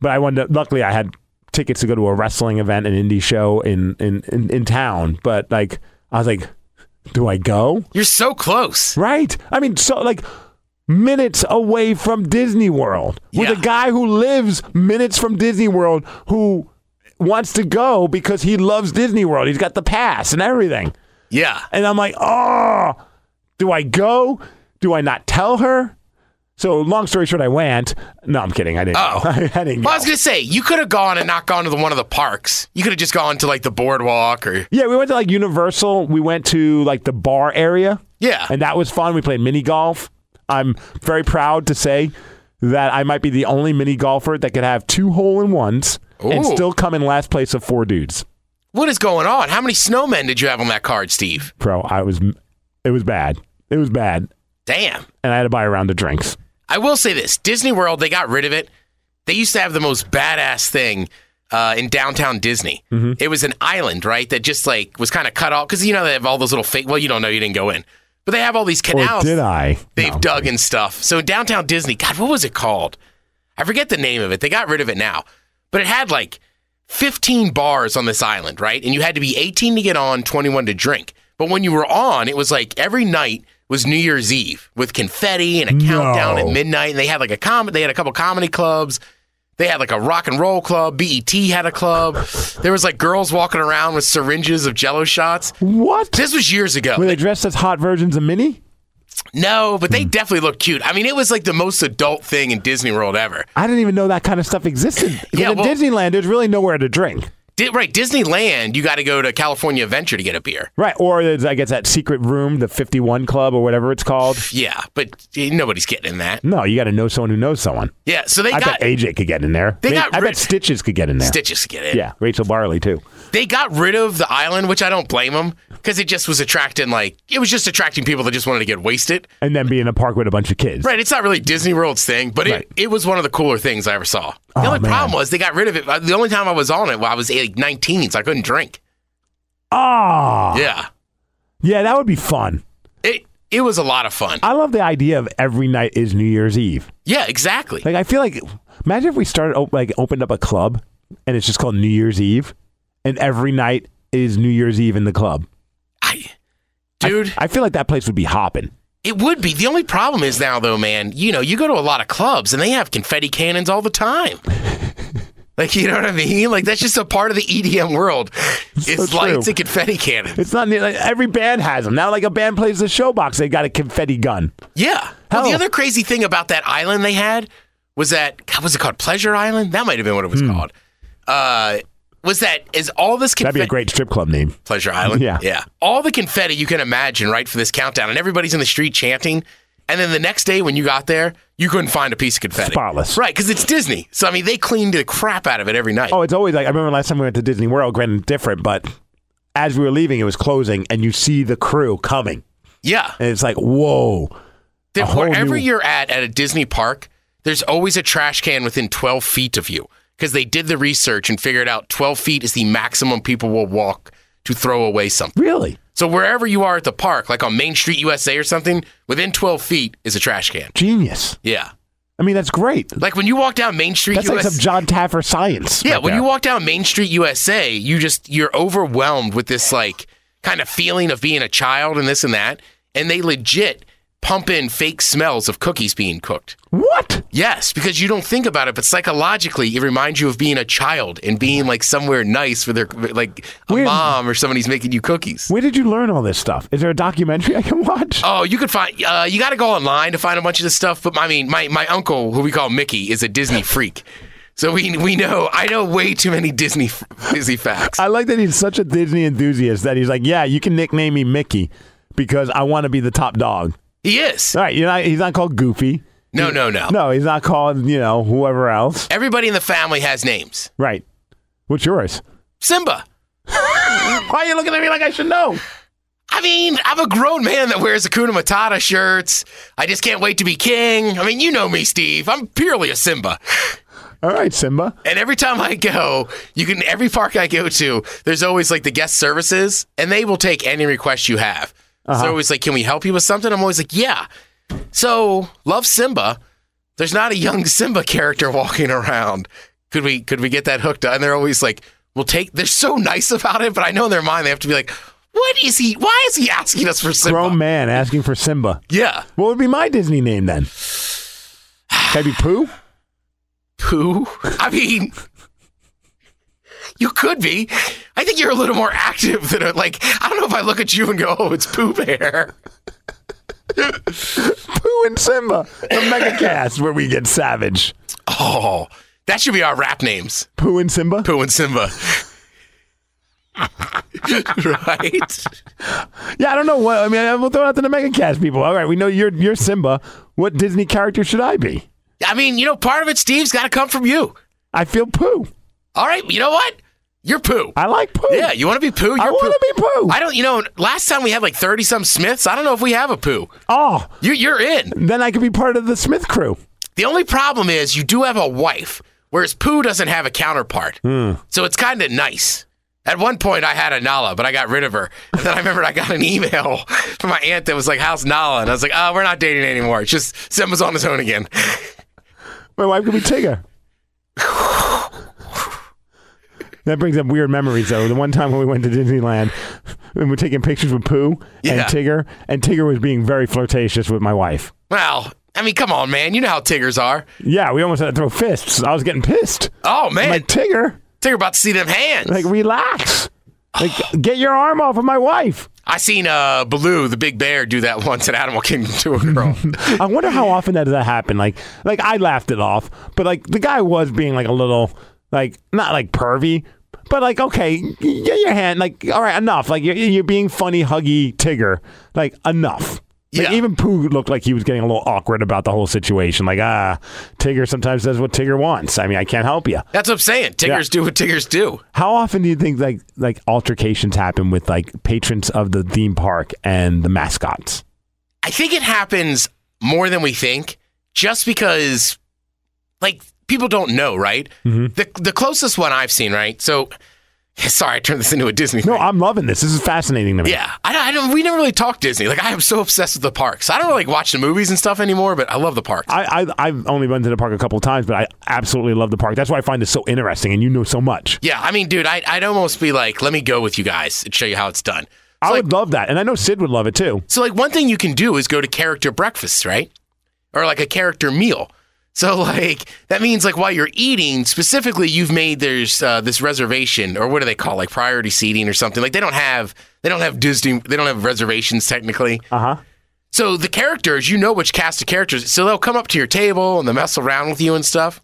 [SPEAKER 2] But I wound up luckily I had tickets to go to a wrestling event, an indie show in in, in, in town. But like I was like, Do I go?
[SPEAKER 3] You're so close.
[SPEAKER 2] Right. I mean, so like minutes away from Disney World with
[SPEAKER 3] Yeah.
[SPEAKER 2] a guy who lives minutes from Disney World who wants to go because he loves Disney World. He's got the pass and everything.
[SPEAKER 3] Yeah.
[SPEAKER 2] And I'm like, oh, do I go? Do I not tell her? So long story short, I went. No, I'm kidding. I didn't.
[SPEAKER 3] Oh.
[SPEAKER 2] I, didn't.
[SPEAKER 3] Well, I
[SPEAKER 2] go.
[SPEAKER 3] was gonna say you could have gone and not gone to the, one of the parks. You could have just gone to like the boardwalk or
[SPEAKER 2] Yeah, we went to like Universal. We went to like the bar area.
[SPEAKER 3] Yeah.
[SPEAKER 2] And that was fun. We played mini golf. I'm very proud to say that I might be the only mini golfer that could have two hole in ones and
[SPEAKER 3] Ooh.
[SPEAKER 2] still come in last place of four dudes.
[SPEAKER 3] what is going on? How many snowmen did you have on that card, Steve?
[SPEAKER 2] Bro, I was, it was bad. It was bad.
[SPEAKER 3] Damn.
[SPEAKER 2] And I had to buy a round of drinks.
[SPEAKER 3] I will say this: Disney World, they got rid of it. They used to have the most badass thing uh, in downtown Disney.
[SPEAKER 2] Mm-hmm.
[SPEAKER 3] It was an island, right? That just like was kind of cut off because you know they have all those little fake. Well, you don't know, you didn't go in, but they have all these
[SPEAKER 2] Or
[SPEAKER 3] canals.
[SPEAKER 2] did I?
[SPEAKER 3] They've dug and stuff. So downtown Disney, God, what was it called? I forget the name of it. They got rid of it now, but it had like 15 bars on this island, right? And you had to be 18 to get on, 21 to drink. But when you were on, it was like every night was New Year's Eve with confetti and a countdown at midnight. And they had like a com- they had a couple comedy clubs. They had like a rock and roll club. BET had a club. there was like girls walking around with syringes of Jello shots.
[SPEAKER 2] What?
[SPEAKER 3] This was years ago.
[SPEAKER 2] Were they dressed as hot versions of mini?
[SPEAKER 3] No, but they
[SPEAKER 2] Hmm.
[SPEAKER 3] definitely look cute. I mean, it was like the most adult thing in Disney World ever.
[SPEAKER 2] I didn't even know that kind of stuff existed. 'Cause
[SPEAKER 3] Yeah,
[SPEAKER 2] in
[SPEAKER 3] well-
[SPEAKER 2] Disneyland, there's really nowhere to drink.
[SPEAKER 3] Di- right, Disneyland, you got to go to California Adventure to get a beer.
[SPEAKER 2] Right. Or there's, I guess, that secret room, the 51 Club or whatever it's called.
[SPEAKER 3] Yeah, but eh, nobody's getting in that.
[SPEAKER 2] No, you got to know someone who knows someone.
[SPEAKER 3] Yeah, so they
[SPEAKER 2] I bet
[SPEAKER 3] got
[SPEAKER 2] AJ could get in there.
[SPEAKER 3] They
[SPEAKER 2] Maybe-
[SPEAKER 3] got
[SPEAKER 2] I
[SPEAKER 3] rid-
[SPEAKER 2] bet Stitches could get in there.
[SPEAKER 3] Stitches to get in.
[SPEAKER 2] Yeah, Rachel Barley too.
[SPEAKER 3] They got rid of the island, which I don't blame them because it just was attracting like it was just attracting people that just wanted to get wasted.
[SPEAKER 2] And then be in a park with a bunch of kids.
[SPEAKER 3] Right, it's not really Disney World's thing, but
[SPEAKER 2] Right.
[SPEAKER 3] it, it was one of the cooler things I ever saw. The
[SPEAKER 2] Oh,
[SPEAKER 3] only
[SPEAKER 2] man.
[SPEAKER 3] problem was they got rid of it. Uh, The only time I was on it, well, I was like 19, so I couldn't drink.
[SPEAKER 2] Ah,
[SPEAKER 3] Yeah,
[SPEAKER 2] yeah, that would be fun.
[SPEAKER 3] it it was a lot of fun.
[SPEAKER 2] I love the idea of every night is New Year's Eve.
[SPEAKER 3] Yeah, exactly.
[SPEAKER 2] Like I feel like, imagine if we started op- like opened up a club, and it's just called New Year's Eve, and every night is New Year's Eve in the club.
[SPEAKER 3] I,
[SPEAKER 2] I-
[SPEAKER 3] dude,
[SPEAKER 2] I feel like that place would be hopping.
[SPEAKER 3] it would be. The only problem is now, though, man, you know, you go to a lot of clubs and they have confetti cannons all the time. like, you know what I mean? Like, that's just a part of the EDM world. It's
[SPEAKER 2] true.
[SPEAKER 3] lights and confetti cannons.
[SPEAKER 2] It's not near, like, every band has them now. Like a band plays the showbox, they got a confetti gun.
[SPEAKER 3] Yeah. Well,
[SPEAKER 2] Hell.
[SPEAKER 3] the other crazy thing about that island they had was that, God, was it called Pleasure Island? That might have been what it
[SPEAKER 2] Hmm.
[SPEAKER 3] was called. Uh, was that is all this
[SPEAKER 2] That'd be a
[SPEAKER 3] confetti
[SPEAKER 2] great strip club name.
[SPEAKER 3] Pleasure Island.
[SPEAKER 2] Yeah.
[SPEAKER 3] Yeah. All the confetti you can imagine, right, for this countdown, and everybody's in the street chanting. And then the next day when you got there, you couldn't find a piece of confetti.
[SPEAKER 2] Spotless.
[SPEAKER 3] Right, because it's Disney. So, I mean, they cleaned the crap out of it every night.
[SPEAKER 2] Oh, it's always like I remember last time we went to Disney World, granted different, but as we were leaving, it was closing, and you see the crew coming,
[SPEAKER 3] yeah.
[SPEAKER 2] and it's like, whoa,
[SPEAKER 3] They-
[SPEAKER 2] a whole
[SPEAKER 3] wherever
[SPEAKER 2] new-
[SPEAKER 3] you're at, at a Disney park, there's always a trash can within 12 feet of you because they did the research and figured out 12 feet is the maximum people will walk to throw away something.
[SPEAKER 2] Really?
[SPEAKER 3] So wherever you are at the park, like on Main Street USA or something, within 12 feet is a trash can.
[SPEAKER 2] Genius.
[SPEAKER 3] Yeah.
[SPEAKER 2] I mean, that's great.
[SPEAKER 3] Like when you walk down Main Street
[SPEAKER 2] That's
[SPEAKER 3] USA.
[SPEAKER 2] like some John Taffer science.
[SPEAKER 3] Yeah,
[SPEAKER 2] right
[SPEAKER 3] when
[SPEAKER 2] there.
[SPEAKER 3] you walk down Main Street USA, you just you're overwhelmed with this like kind of feeling of being a child and this and that. And they legit pump in fake smells of cookies being cooked.
[SPEAKER 2] What?
[SPEAKER 3] Yes, because you don't think about it, but psychologically it reminds you of being a child and being like somewhere nice with their like a
[SPEAKER 2] Where-
[SPEAKER 3] mom or somebody's making you cookies.
[SPEAKER 2] Where did you learn all this stuff? Is there a documentary I can watch?
[SPEAKER 3] Oh, you could find. Uh, you got to go online to find a bunch of this stuff. But I mean, my, my uncle, who we call Mickey, is a Disney freak, so we we know. I know way too many Disney f- Disney facts.
[SPEAKER 2] I like that he's such a Disney enthusiast that he's like, yeah, you can nickname me Mickey because I want to be the top dog.
[SPEAKER 3] He is.
[SPEAKER 2] All right, you're not, he's not called Goofy.
[SPEAKER 3] No, no, no,
[SPEAKER 2] No, he's not called, you know, whoever else.
[SPEAKER 3] Everybody in the family has names.
[SPEAKER 2] Right. What's yours?
[SPEAKER 3] Simba.
[SPEAKER 2] Why are you looking at me like I should know?
[SPEAKER 3] I mean, I'm a grown man that wears Akuna Matata shirts. I just can't wait to be king. I mean, you know me, Steve. I'm purely a Simba.
[SPEAKER 2] All right, Simba.
[SPEAKER 3] And every time I go, you can every park I go to, there's always like the guest services, and they will take any request you have. So they're always like, "Can we help you with something?" I'm always like, "Yeah." So love Simba. There's not a young Simba character walking around. Could we could we get that hooked? up? And they're always like, "We'll take." They're so nice about it, but I know in their mind they have to be like, "What is he? Why is he asking us for Simba?"
[SPEAKER 2] Grown man asking for Simba.
[SPEAKER 3] Yeah,
[SPEAKER 2] What would be my Disney name then? Can I be Pooh?
[SPEAKER 3] poo. I mean, you could be. I think you're a little more active than a, like I don't know if I look at you and go, "Oh, it's Pooh Bear."
[SPEAKER 2] Pooh and Simba. The mega cast where we get savage.
[SPEAKER 3] Oh, that should be our rap names:
[SPEAKER 2] Pooh and Simba?
[SPEAKER 3] Pooh and Simba. right?
[SPEAKER 2] Yeah, I don't know what. I mean, we'll throw it out to the mega cast people. All right, we know you're, you're Simba. What Disney character should I be?
[SPEAKER 3] I mean, you know, part of it, Steve's got to come from you.
[SPEAKER 2] I feel Pooh.
[SPEAKER 3] All right, you know what? You're Pooh.
[SPEAKER 2] I like Pooh.
[SPEAKER 3] Yeah, you want to be Pooh? You're
[SPEAKER 2] I want to be Pooh.
[SPEAKER 3] I don't. You know, last time we had like thirty some Smiths. I don't know if we have a Pooh.
[SPEAKER 2] oh,
[SPEAKER 3] You, you're in.
[SPEAKER 2] then I could be part of the Smith crew.
[SPEAKER 3] The only problem is you do have a wife, whereas Pooh doesn't have a counterpart. So it's kind of nice. At one point, I had a Nala, but I got rid of her. And then I remembered I got an email from my aunt that was like, How's Nala? And I was like, Oh, we're not dating anymore. It's just Simba's on his own again.
[SPEAKER 2] My wife could be Tigger. that brings up weird memories, though. The one time when we went to Disneyland, we were taking pictures with Pooh and
[SPEAKER 3] Yeah.
[SPEAKER 2] Tigger, and Tigger was being very flirtatious with my wife.
[SPEAKER 3] Well, I mean, come on, man. You know how Tiggers are.
[SPEAKER 2] Yeah, we almost had to throw fists. I was getting pissed.
[SPEAKER 3] Oh, man.
[SPEAKER 2] I'm like, Tigger,
[SPEAKER 3] Tigger about to see them hands.
[SPEAKER 2] like, relax. Like, get your arm off of my wife.
[SPEAKER 3] I seen uh, Baloo, the big bear, do that once at Animal Kingdom to a girl.
[SPEAKER 2] I wonder how often that does that happen. Like, like I laughed it off, but like the guy was being like a little, like not like pervy, but like okay, get your hand. Like, all right, enough. Like you're you're being funny, huggy Tigger. Like enough. Like
[SPEAKER 3] Yeah.
[SPEAKER 2] even Pooh looked like he was getting a little awkward about the whole situation. Like ah, Tigger sometimes does what Tigger wants. I mean, I can't help you.
[SPEAKER 3] That's what I'm saying. Tiggers do what Tiggers do.
[SPEAKER 2] How often do you think like like altercations happen with like patrons of the theme park and the mascots?
[SPEAKER 3] I think it happens more than we think, just because, like, people don't know, right?
[SPEAKER 2] Mm-hmm.
[SPEAKER 3] The the closest one I've seen, right? So, sorry, I turned this into a Disney.
[SPEAKER 2] No,
[SPEAKER 3] thing.
[SPEAKER 2] Oh, I'm loving this. This is fascinating to me.
[SPEAKER 3] yeah, I don't, I don't. We never really talk Disney. Like, I am so obsessed with the parks. I don't like watch the movies and stuff anymore, but I love the parks.
[SPEAKER 2] I, I I've only been to the park a couple of times, but I absolutely love the park. That's why I find this so interesting, and you know so much.
[SPEAKER 3] yeah, I mean, dude, I, I'd almost be like, let me go with you guys and show you how it's done. So,
[SPEAKER 2] I
[SPEAKER 3] like,
[SPEAKER 2] would love that, and I know Sid would love it too.
[SPEAKER 3] So, like, one thing you can do is go to character breakfasts, right? Or like a character meal. So, like, that means like while you're eating, specifically, you've made there's uh, this reservation, or what do they call like priority seating or something? Like, they don't have they don't have Disney, they don't have reservations technically.
[SPEAKER 2] Uh huh.
[SPEAKER 3] So the characters, you know which cast of characters. So they'll come up to your table and they'll mess around with you and stuff.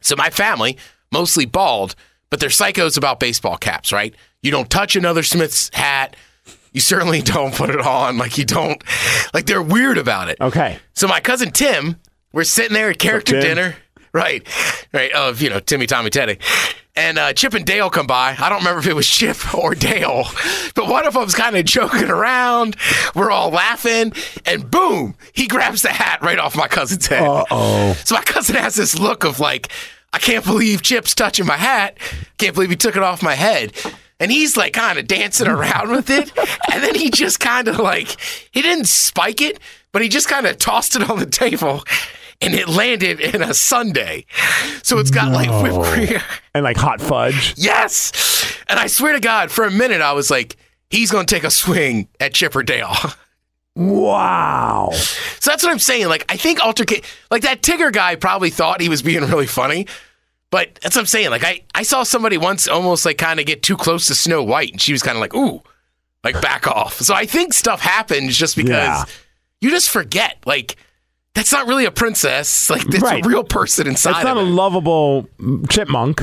[SPEAKER 3] So my family, mostly bald, but they're psychos about baseball caps, right? You don't touch another Smith's hat. You certainly don't put it on. Like you don't like they're weird about it.
[SPEAKER 2] Okay.
[SPEAKER 3] So my cousin Tim, we're sitting there at character
[SPEAKER 2] Tim?
[SPEAKER 3] dinner, right, right, of you know Timmy, Tommy, Teddy, and uh, Chip and Dale come by. I don't remember if it was Chip or Dale, but one of them's kind of joking around. We're all laughing, and boom, he grabs the hat right off my cousin's head.
[SPEAKER 2] Uh-oh.
[SPEAKER 3] So my cousin has this look of like, I can't believe Chip's touching my hat. Can't believe he took it off my head. And he's like kind of dancing around with it. And then he just kind of like, he didn't spike it, but he just kind of tossed it on the table and it landed in a sundae. So it's got like whipped cream.
[SPEAKER 2] and like hot fudge.
[SPEAKER 3] Yes. And I swear to God, for a minute, I was like, he's going to take a swing at Chipper Dale.
[SPEAKER 2] Wow.
[SPEAKER 3] So that's what I'm saying. Like, I think Altercation, like that Tigger guy probably thought he was being really funny. But that's what I'm saying. Like, I, I saw somebody once almost like kind of get too close to Snow White, and she was kind of like, ooh, like back off. So I think stuff happens just because
[SPEAKER 2] Yeah.
[SPEAKER 3] you just forget. Like, that's not really a princess. Like, it's
[SPEAKER 2] Right.
[SPEAKER 3] a real person inside.
[SPEAKER 2] It's not
[SPEAKER 3] of
[SPEAKER 2] a
[SPEAKER 3] it.
[SPEAKER 2] lovable chipmunk.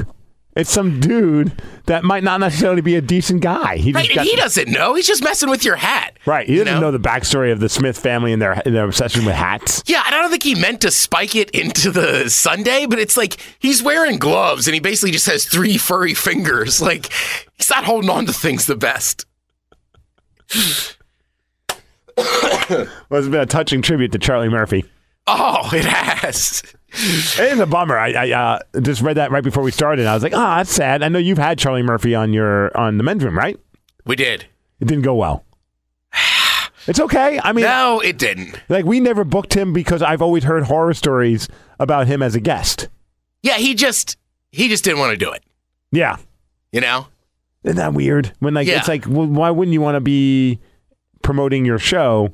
[SPEAKER 2] It's some dude that might not necessarily be a decent guy. He just
[SPEAKER 3] Right, and
[SPEAKER 2] got-
[SPEAKER 3] he doesn't know. He's just messing with your hat.
[SPEAKER 2] Right. He
[SPEAKER 3] you
[SPEAKER 2] doesn't know? the backstory of the Smith family and their and their obsession with hats.
[SPEAKER 3] Yeah, and I don't think he meant to spike it into the Sunday, but it's like he's wearing gloves and he basically just has three furry fingers. Like he's not holding on to things the best.
[SPEAKER 2] Well, it's been a touching tribute to Charlie Murphy.
[SPEAKER 3] Oh, it has.
[SPEAKER 2] It is a bummer. I, I uh, just read that right before we started. and I was like, ah, that's sad. I know you've had Charlie Murphy on your on the men's room, right?
[SPEAKER 3] We did.
[SPEAKER 2] It didn't go well. It's okay. I mean,
[SPEAKER 3] No, it didn't.
[SPEAKER 2] like we never booked him because I've always heard horror stories about him as a guest.
[SPEAKER 3] Yeah, he just he just didn't want to do it.
[SPEAKER 2] Yeah.
[SPEAKER 3] You know?
[SPEAKER 2] Isn't that weird? When like
[SPEAKER 3] Yeah.
[SPEAKER 2] it's like, well, why wouldn't you want to be promoting your show?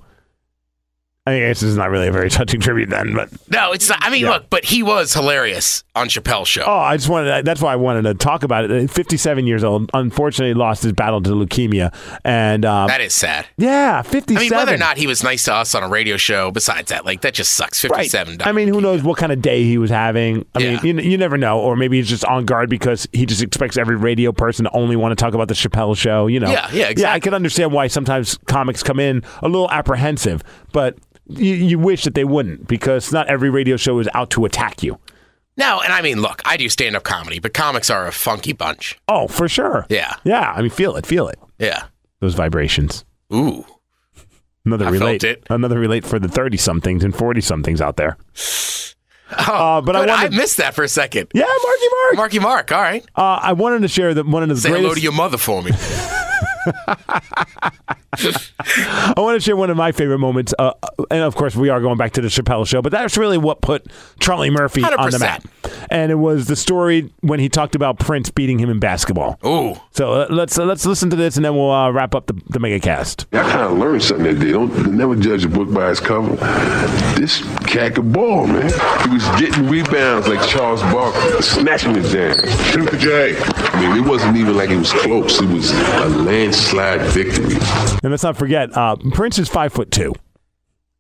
[SPEAKER 2] I guess this is not really a very touching tribute then, but
[SPEAKER 3] No, it's not. I mean,
[SPEAKER 2] Yeah.
[SPEAKER 3] look, but he was hilarious on Chappelle's show.
[SPEAKER 2] oh, I just wanted. To, that's why I wanted to talk about it. Fifty-seven years old, unfortunately, lost his battle to leukemia, and um,
[SPEAKER 3] That is sad.
[SPEAKER 2] yeah,
[SPEAKER 3] I
[SPEAKER 2] fifty-seven.
[SPEAKER 3] mean, whether or not he was nice to us on a radio show, besides that, like that just sucks.
[SPEAKER 2] Right.
[SPEAKER 3] Fifty-seven.
[SPEAKER 2] I mean, who knows what kind of day he was having? I
[SPEAKER 3] Yeah.
[SPEAKER 2] mean, you, you never know. Or maybe he's just on guard because he just expects every radio person to only want to talk about the Chappelle show, you know?
[SPEAKER 3] Yeah, yeah,
[SPEAKER 2] Yeah, I
[SPEAKER 3] exactly.
[SPEAKER 2] can understand why sometimes comics come in a little apprehensive, but you, you wish that they wouldn't because not every radio show is out to attack you.
[SPEAKER 3] No, and I mean, look, I do stand-up comedy, but comics are a funky bunch.
[SPEAKER 2] Oh, for sure.
[SPEAKER 3] Yeah.
[SPEAKER 2] Yeah. I mean, feel it, feel it.
[SPEAKER 3] Yeah.
[SPEAKER 2] Those vibrations.
[SPEAKER 3] Ooh.
[SPEAKER 2] Another
[SPEAKER 3] I felt
[SPEAKER 2] relate.
[SPEAKER 3] it.
[SPEAKER 2] Another relate for the 30 somethings and 40 somethings out there. uh, but I
[SPEAKER 3] Good, I,
[SPEAKER 2] wanted.
[SPEAKER 3] missed that for a second.
[SPEAKER 2] yeah, Marky Mark.
[SPEAKER 3] Marky Mark, all right.
[SPEAKER 2] Uh, I wanted to share that one of the
[SPEAKER 3] Say
[SPEAKER 2] greatest.
[SPEAKER 3] hello to your mother for me.
[SPEAKER 2] I want to share one of my favorite moments, uh, and of course, we are going back to the Chappelle show, but that's really what put Charlie Murphy on the
[SPEAKER 3] 100%.
[SPEAKER 2] map. And it was the story when he talked about Prince beating him in basketball.
[SPEAKER 3] Ooh.
[SPEAKER 2] So uh, let's uh, let's listen to this, and then we'll uh, wrap up the, the mega cast.
[SPEAKER 11] I kind of learned something that day. Don't never judge a book by its cover. This cat could ball, man. He was getting rebounds like Charles Barkley, snatching it down. Shoot the J. I mean, it wasn't even like it was close. It was a landslide victory.
[SPEAKER 2] And let's not forget, uh, Prince is five foot two.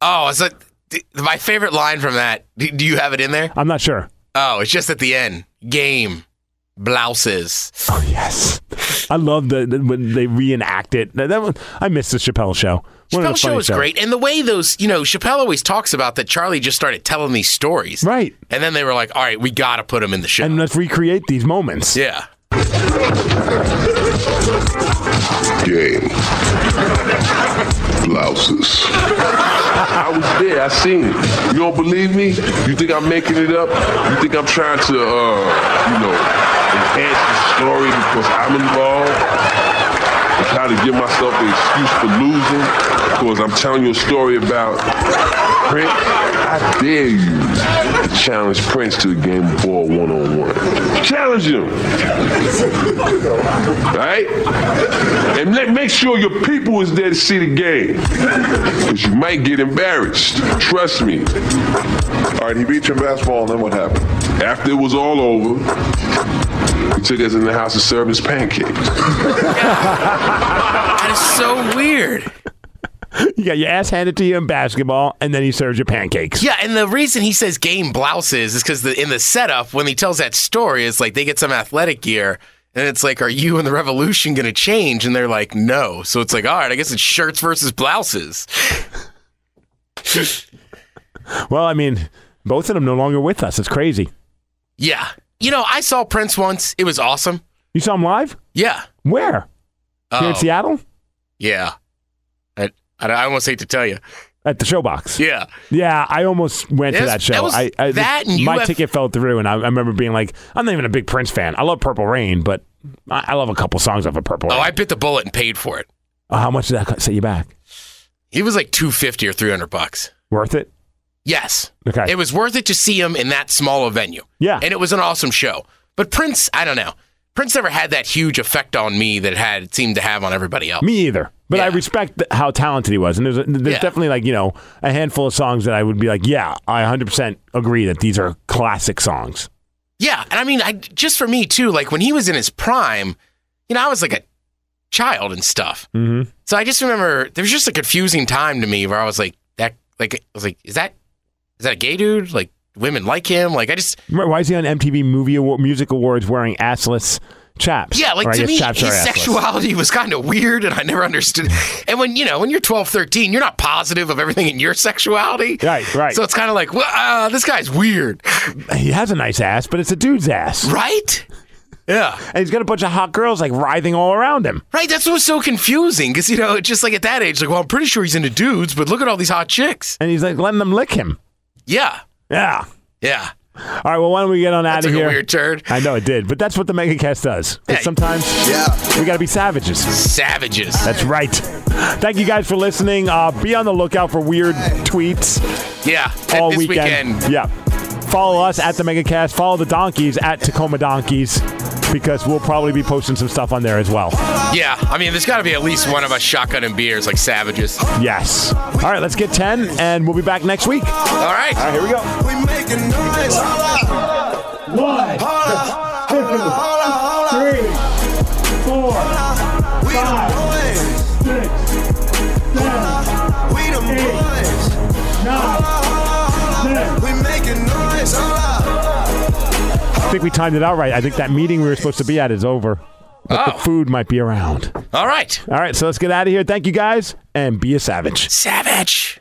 [SPEAKER 3] Oh, it's like th- my favorite line from that. Do, do you have it in there?
[SPEAKER 2] I'm not sure.
[SPEAKER 3] Oh, it's just at the end. Game. Blouses.
[SPEAKER 2] Oh yes, I love the, the- when they reenact it. That, that one, I missed the Chappelle show. One of the
[SPEAKER 3] Chappelle show
[SPEAKER 2] funny
[SPEAKER 3] is
[SPEAKER 2] shows.
[SPEAKER 3] great. And the way those, you know, Chappelle always talks about that Charlie just started telling these stories.
[SPEAKER 2] Right.
[SPEAKER 3] And then they were like, all right, we got to put him in the show.
[SPEAKER 2] And let's recreate these moments.
[SPEAKER 3] yeah.
[SPEAKER 11] Game. Blouses. I was there. I seen it. You don't believe me? You think I'm making it up? You think I'm trying to, uh, you know, enhance the story because I'm involved? and try to give myself an excuse for losing because I'm telling you a story about Prince. I dare you to challenge Prince to a game of ball one on one. Challenge him. Right? And let, make sure your people is there to see the game. Because you might get embarrassed. Trust me. All right, he beat you in basketball, and then what happened? After it was all over, he took us in the house and served us pancakes.
[SPEAKER 3] That is so weird.
[SPEAKER 2] You got your ass handed to you in basketball, and then he serves you pancakes.
[SPEAKER 3] Yeah, and the reason he says game blouses is because in the setup, when he tells that story, it's like they get some athletic gear, and it's like, are you and the revolution going to change? And they're like, no. So it's like, all right, I guess it's shirts versus blouses.
[SPEAKER 2] Well, I mean, both of them no longer with us. It's crazy.
[SPEAKER 3] yeah. You know, I saw Prince once. It was awesome.
[SPEAKER 2] You saw him live?
[SPEAKER 3] Yeah.
[SPEAKER 2] Where? Here in
[SPEAKER 3] Oh.
[SPEAKER 2] Seattle?
[SPEAKER 3] Yeah. I, I, I almost hate to tell you.
[SPEAKER 2] At the Showbox.
[SPEAKER 3] Yeah.
[SPEAKER 2] Yeah, I almost went to
[SPEAKER 3] That's-
[SPEAKER 2] that show.
[SPEAKER 3] that was-
[SPEAKER 2] I, I
[SPEAKER 3] that and
[SPEAKER 2] my
[SPEAKER 3] UF
[SPEAKER 2] ticket fell through, and I, I remember being like, I'm not even a big Prince fan. I love Purple Rain, but I, I love a couple songs off of Purple
[SPEAKER 3] Oh,
[SPEAKER 2] Rain.
[SPEAKER 3] I bit the bullet and paid for it.
[SPEAKER 2] Uh, how much did that co- set you back?
[SPEAKER 3] He was like 250 or 300 bucks.
[SPEAKER 2] Worth it?
[SPEAKER 3] Yes.
[SPEAKER 2] Okay.
[SPEAKER 3] It was worth it to see him in that small a venue.
[SPEAKER 2] Yeah.
[SPEAKER 3] And it was an awesome show. But Prince, I don't know. Prince never had that huge effect on me that it had it seemed to have on everybody else.
[SPEAKER 2] Me either. But I respect th- how talented he was, and there's a, there's
[SPEAKER 3] Yeah.
[SPEAKER 2] definitely like you know a handful of songs that I would be like, yeah, I 100 percent agree that these are classic songs.
[SPEAKER 3] Yeah, and I mean, I just for me too. Like when he was in his prime, you know, I was like a child and stuff.
[SPEAKER 2] Mm-hmm.
[SPEAKER 3] So I just remember there was just a confusing time to me where I was like, that, like, I was like, is that, is that a gay dude? Like women like him? Like I just,
[SPEAKER 2] Why is he on MTV Movie Award, Music Awards wearing assless chaps?
[SPEAKER 3] yeah, like
[SPEAKER 2] Or I
[SPEAKER 3] to
[SPEAKER 2] guess
[SPEAKER 3] me,
[SPEAKER 2] chaps
[SPEAKER 3] his
[SPEAKER 2] are assless.
[SPEAKER 3] sexuality was kind of weird, and I never understood. And when you know, when you're 12, 13, you're not positive of everything in your sexuality.
[SPEAKER 2] Right, right.
[SPEAKER 3] So it's kind of like, well, uh, this guy's weird,
[SPEAKER 2] He has a nice ass, but it's a dude's ass,
[SPEAKER 3] right? Yeah.
[SPEAKER 2] and he's got a bunch of hot girls like writhing all around him.
[SPEAKER 3] Right, that's what's so confusing because you know, it's just like at that age, like, well, I'm pretty sure he's into dudes, but look at all these hot chicks.
[SPEAKER 2] and he's like letting them lick him.
[SPEAKER 3] Yeah,
[SPEAKER 2] Yeah.
[SPEAKER 3] yeah.
[SPEAKER 2] All right. Well, why don't we get on out
[SPEAKER 3] That's
[SPEAKER 2] of
[SPEAKER 3] like a
[SPEAKER 2] here?
[SPEAKER 3] weird turd.
[SPEAKER 2] I know it did, but that's what the MegaCast does. 'Cause
[SPEAKER 3] Hey.
[SPEAKER 2] Sometimes we got to be savages.
[SPEAKER 3] Savages.
[SPEAKER 2] That's right. Thank you guys for listening. Uh, be on the lookout for weird tweets
[SPEAKER 3] yeah,
[SPEAKER 2] all
[SPEAKER 3] this
[SPEAKER 2] weekend. Yeah. Follow us at the MegaCast. Follow the Donkeys at Tacoma Donkeys because we'll probably be posting some stuff on there as well.
[SPEAKER 3] Yeah, I mean, there's got to be at least one of us shotgun and beers like savages.
[SPEAKER 2] Yes. All right. Let's get 10, and we'll be back next week. All
[SPEAKER 3] All right.
[SPEAKER 2] right. Here we go.
[SPEAKER 4] We making noise. One, two, three, four, five, six, seven, eight, nine, ten. We making noise.
[SPEAKER 2] I think we timed it out right. I think that meeting we were supposed to be at is over. But the
[SPEAKER 3] Oh.
[SPEAKER 2] food might be around.
[SPEAKER 3] All right.
[SPEAKER 2] All right, so let's get out of here. Thank you guys, and be a savage.
[SPEAKER 3] Savage.